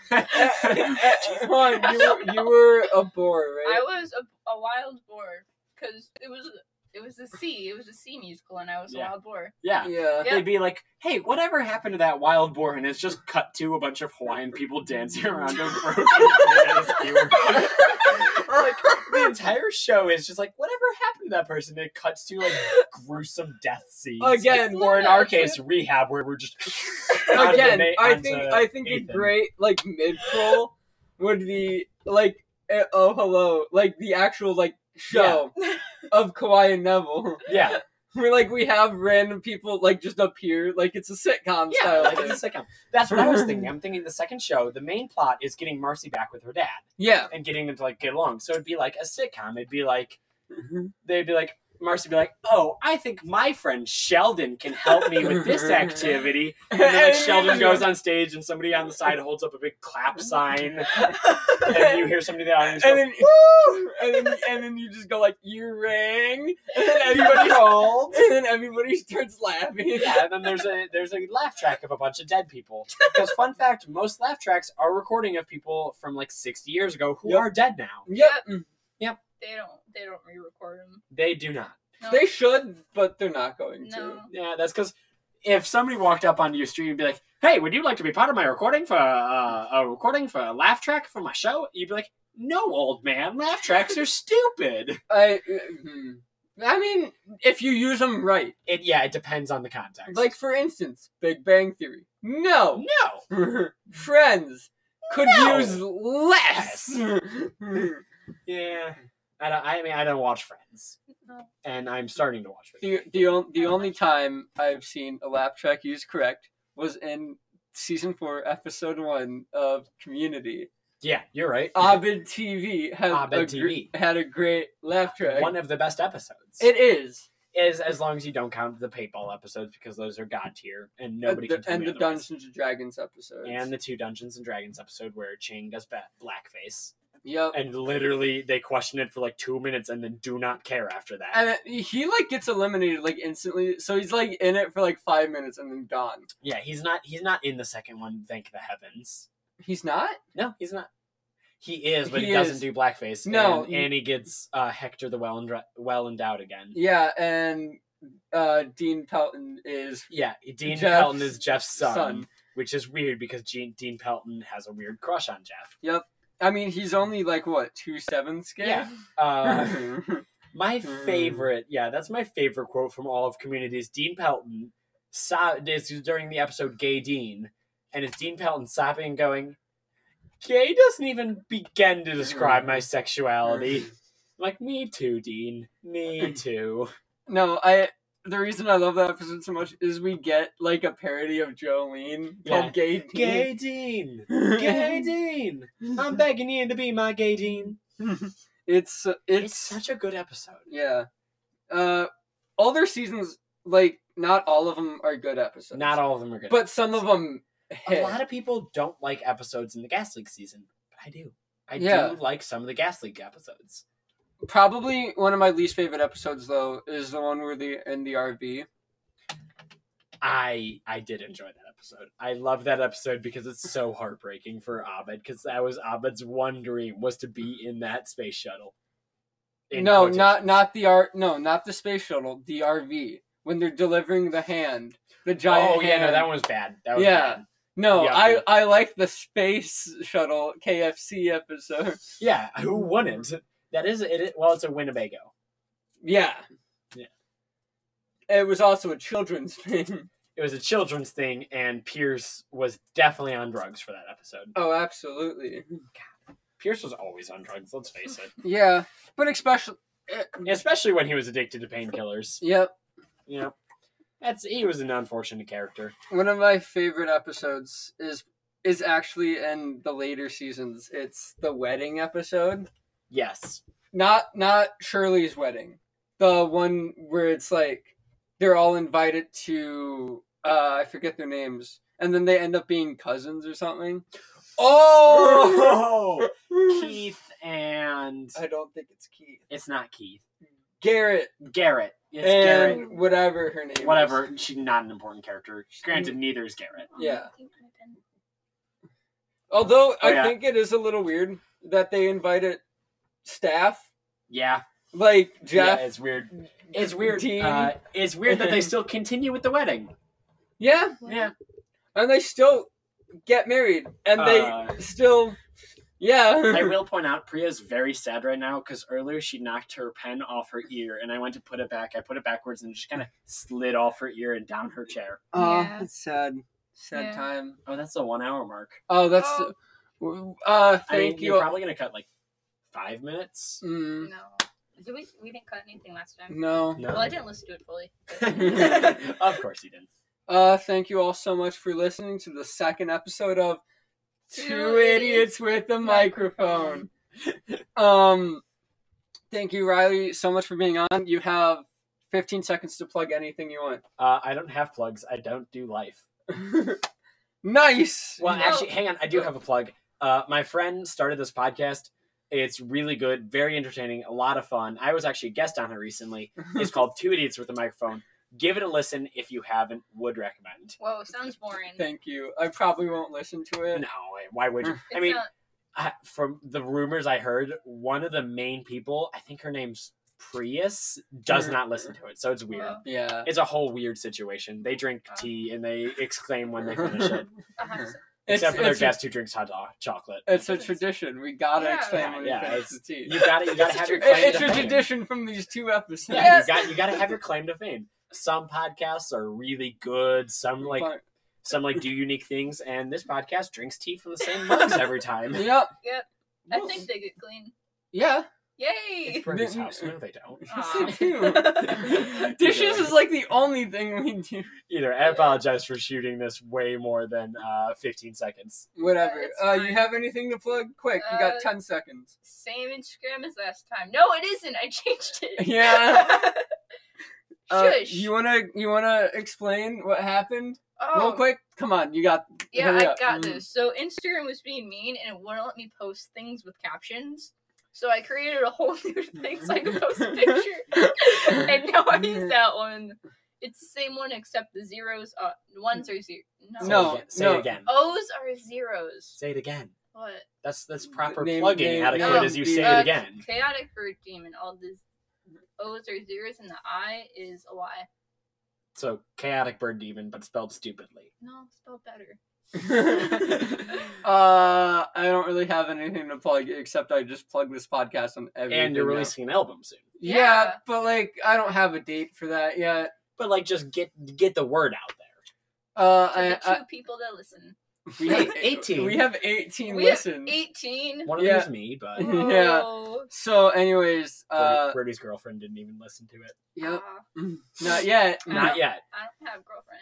Come on, you were, you were a boar,
I
right?
was a, a wild boar because it was it was the sea. It was a sea musical, and I was
Yeah.
a wild boar.
yeah.
yeah.
Yeah.
They'd be like, hey, whatever happened to that wild boar? And it's just cut to a bunch of Hawaiian people dancing around a <laughs> broken banana skewer. like, the entire show is just like, whatever happened to that person? It cuts to like gruesome death scenes.
Again,
or in our case, rehab, where we're just onto
Again,
Na-
I
onto
think I think
Ethan.
a great like mid roll would be like eh, oh hello, like the actual like show of Kawhi and Neville.
Yeah,
<laughs> Where like we have random people like just appear like it's a sitcom
yeah,
style.
like <laughs>
thing.
it's a sitcom. That's what I
<laughs>
was thinking. I'm thinking the second show, the main plot is getting Marcy back with her dad
yeah.
and getting them to like get along. So it'd be like a sitcom. It'd be like they'd be like, Marcy would be like, oh, I think my friend Sheldon can help me
<laughs>
with this activity. And then like, Sheldon goes on stage and somebody on the side holds up a big
<laughs>
clap sign. And you hear somebody in the audience go,
and then, Woo! <laughs> and then and then you just go like you rang and then
<laughs>
everybody <laughs>
cold.
and then everybody starts laughing.
Yeah, and then there's a there's a laugh track of a bunch of
<laughs>
dead people. Because fun fact, most laugh tracks are recording of people from like 60 years ago who
Yep.
are dead now.
Yep.
They don't. They don't re-record them.
They do not.
No.
They should, but they're not going to.
no.
Yeah, that's because if somebody walked up onto your street and be like, "Hey, would you like to be part of my recording for uh, a recording for a laugh track for my show?" You'd be like, "No, old man, laugh tracks are stupid."
I mhm. I mean, if you use them right.
It yeah, it depends on the context.
Like for instance, Big Bang Theory. No.
no,
<laughs> Friends could
No.
use less. <laughs>
yeah, I don't. I mean, I don't watch Friends,
No.
and I'm starting to watch Friends.
the the, on, the only time I've seen a laugh track used correct was in season 4 episode 1 of Community.
Yeah, you're right.
Abed TV had
Abed
a
TV.
Gr- had a great laugh track.
One of the best episodes
it is.
is as long as you don't count the paintball episodes because those are god tier and nobody
and
can
the,
tell
and
me
the
otherwise.
Dungeons and Dragons episodes.
and the two Dungeons and Dragons episode where Chang does ba- blackface.
yep.
and literally they question it for like two minutes and then do not care after that.
And it- he like gets eliminated like instantly, so he's like in it for like five minutes and then gone.
yeah, he's not he's not in the second one, thank the heavens.
He's not.
No, he's not. He is, but he,
He
doesn't
is.
do blackface.
No.
and, and he gets uh, Hector the well endowed, well endowed again.
Yeah, and uh, Dean Pelton is
Yeah, Dean
Jeff's
Pelton is Jeff's son,
son.
which is weird because Gene, Dean Pelton has a weird crush on Jeff.
I mean, he's only like what two sevenths gay.
Yeah. Uh,
<laughs>
My
Mm.
favorite, yeah, that's my favorite quote from all of Communities. Dean Pelton, so, this is during the episode "Gay Dean," and it's Dean Pelton sobbing and going, "Gay doesn't even begin to describe my
Mm.
sexuality." I'm like, me too, Dean. Me
Mm. <laughs>
too.
<laughs> no, I. The reason I love that episode so much is we get like a parody of Jolene
Yeah.
called Gay. Dean.
Gay Dean.
<laughs>
Gay Dean. I'm begging you to be my gay Dean.
It's
It's
it's
such a good episode.
yeah. Uh, all their seasons, like not all of them are good episodes.
Not all of them are good.
but some of them
a
hit.
lot of people don't like episodes in the Gas League season, but I do. I
Yeah.
do like some of the Gas League episodes.
Probably one of my least favorite episodes, though, is the one where they in the RV.
I I did enjoy that episode. I love that episode because it's so heartbreaking for Abed because that was Abed's one dream was to be in that space shuttle. In
no,
quotations.
not not the R. No, not the space shuttle. The RV when they're delivering the hand, the giant.
Oh yeah, no,
hand.
that one was bad. That was
Yeah.
bad.
No,
yeah.
I I like the space shuttle KFC episode. <laughs>
Yeah, who wouldn't? That is it. is- Well, it's a Winnebago.
Yeah.
Yeah.
It was also a children's <laughs> thing.
It was a children's thing, and Pierce was definitely on drugs for that episode.
Oh, absolutely.
Pierce was always on drugs. Let's
<laughs>
face it,
Yeah, but especially.
especially when he was addicted to painkillers.
Yep.
Yeah, that's he was an unfortunate character.
One of my favorite episodes is is actually in the later seasons. It's the wedding episode.
Yes,
Not not Shirley's wedding. The one where it's like they're all invited to uh, I forget their names, and then they end up being cousins or something.
<laughs> Oh,
Mm-hmm.
Keith and
I don't think it's Keith.
it's not Keith.
Garrett
Garrett. It's
and
Garrett.
whatever her name. Is.
Whatever. She's not an important character. Granted, neither is Garrett.
Yeah. Although
Oh,
I
yeah.
think it is a little weird that they invited staff
Yeah.
like Jeff.
Yeah, it's weird. It's weird.
Dean.
Uh, it's weird that they still continue with the wedding.
yeah,
Yeah.
and they still get married, and
Uh,
they still yeah. <laughs>
I will point out Priya's very sad right now because earlier she knocked her pen off her ear and I went to put it back. I put it backwards and it just kind of slid off her ear and down her chair.
Aw,
Yeah.
Oh, that's sad. Sad
Yeah.
time.
Oh, that's the one hour mark.
Oh, that's.
Oh.
w- Uh,
I mean,
thank
you're
you.
probably going to cut like five minutes.
No.
Mm,
Did we, we didn't cut anything last time.
Mm-hmm.
<laughs>
no.
No.
Well, I didn't listen to it fully.
<laughs> of course he didn't.
<laughs> Uh, thank you all so much for listening to the second episode of
Two
Two Idiots
Idiots
with a Microphone. um, thank you, Riley, so much for being on. You have 15 seconds to plug anything you
Uh, I don't have plugs. I don't do life.
want. <laughs> nice. <laughs>
Well,
No.
actually, hang on. I do have a plug. Uh, my friend started this podcast. It's really good, very entertaining, a lot of fun. I was actually a guest on
<laughs>
it recently. It's called Two Idiots with a Microphone. Give it a listen if you haven't. Would recommend.
Whoa, sounds boring.
Thank you. I probably won't listen to it.
No,
<laughs>
why would you? I
It's uh,
mean,
not-
I, from the rumors I heard, one of the main people, I think her name's Prius,
Mm.
does not listen to it, so it's weird.
whoa,
Yeah.
It's a whole weird situation. They drink
uh.
tea and they
<laughs>
exclaim when they finish it.
I have to-
It's-
except for their
it's a-
guest who drinks hot dog chocolate.
It's a tradition. We gotta
Yeah.
explain when
Yeah,
we finish the
it's-
tea.
You got to You got to have
<laughs>
your
It-
claim
it's
to
a
fame.
tradition from these two episodes.
Yeah,
Yes.
you got you got to have your claim to fame. Some podcasts are really good. Some like <laughs>
Fine.
some like do unique things, and this podcast drinks tea from
<laughs>
the same mugs every time. <laughs>
Yep.
I think they get clean.
Yeah.
Yay!
Brody's house. No, they don't.
<laughs>
Aw. <laughs>
Two. Dishes is like the only thing we do.
Either I apologize for shooting this way more than uh, 15 seconds.
Whatever.
It's
Uh, you
fine.
have anything to plug? Quick, you
Uh,
got ten
<laughs>
seconds.
Same Instagram as last time. No, it isn't. I changed it.
<laughs>
<laughs>
Yeah. Uh,
Shush.
you wanna you wanna explain what happened
oh,
real quick? Come on, you
<laughs>
got. <laughs>
Yeah,
hurry
I
up.
got
Mm.
this. So Instagram was being mean and it wouldn't let me post things with captions. So I created a whole <laughs> new thing so I could post
<laughs>
a
Uh,
picture. <laughs> and now I use that one. It's the same one except the zeros uh ones are zero. No.
No.
Say
no. Oh.
it again. Say it again.
O's are zeros.
Say it again.
What?
That's that's proper
Name-
plugging
name-
adequate
no,
as you
the-
say
uh,
it again.
Chaotic for a demon. All the O's are zeros and the I is a Y.
So chaotic bird demon, but spelled stupidly.
No, spelled better.
uh, I don't really have anything to plug except I just plug this podcast on everything.
and you're
now.
releasing an album soon.
Yeah,
Yeah.
but like I don't have a date for that yet.
But like, just get get the word out there.
Uh,
To
I,
the two
I
people that listen.
we
Hey,
<laughs>
18.
We have eighteen
We have
listens.
18.
One of
Yeah.
them is me, but
<laughs>
Brody-
Yeah.
Whoa.
So, anyways, uh,
Brody's girlfriend didn't even listen to it.
yep, <laughs>
Ah,
not yet.
Not-
Not yet.
I don't have a girlfriend.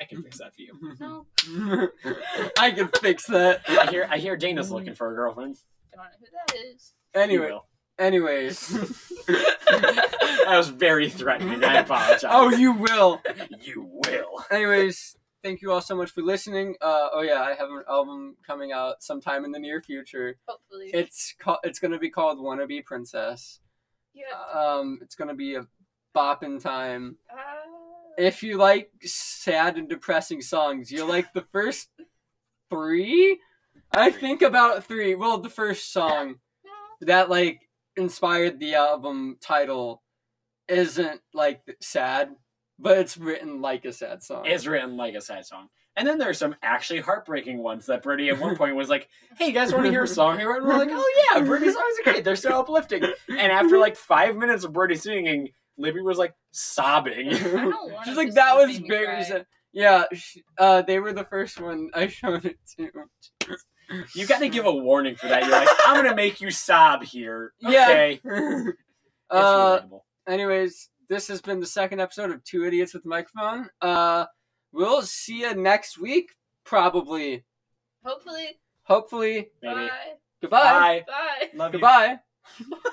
I can fix that for you.
No.
I can fix that.
<laughs> I hear I hear Dana's looking for a girlfriend.
Don't know who that
<laughs>
is.
You
Anyway,
will. <laughs>
anyways.
that was very threatening. I apologize.
Oh, you will.
you will.
Anyways, thank you all so much for listening. Uh, oh yeah, I have an album coming out sometime in the near future.
Hopefully.
It's called. It's gonna be called "Wannabe Princess."
yeah.
Um, it's gonna be a bop in time.
Ah.
if you like sad and depressing songs, you like the first three. I think about three. Well, the first song
No.
that like inspired the album title isn't like sad, but it's written like a sad song.
It's written like a sad song. And then there are some actually heartbreaking ones that Brody at one point was like, "Hey, you guys want to hear a song I wrote?" And we're like, "Oh yeah, Brody songs are great. They're so uplifting." And after like five minutes of Brody singing, Libby was like sobbing.
I don't want
She's like that was very sad. Yeah, sh- uh, they were the first one <laughs> I showed it to.
You got to give a warning for that. You're like, "I'm gonna make you sob here."
<laughs> Yeah.
Okay. It's
uh,
relatable.
anyways, this has been the second episode of Two Idiots with a Microphone. Uh, we'll see you next week, probably.
Hopefully.
Hopefully.
Maybe.
Bye.
Goodbye.
Bye. Love you.
Goodbye.
Bye.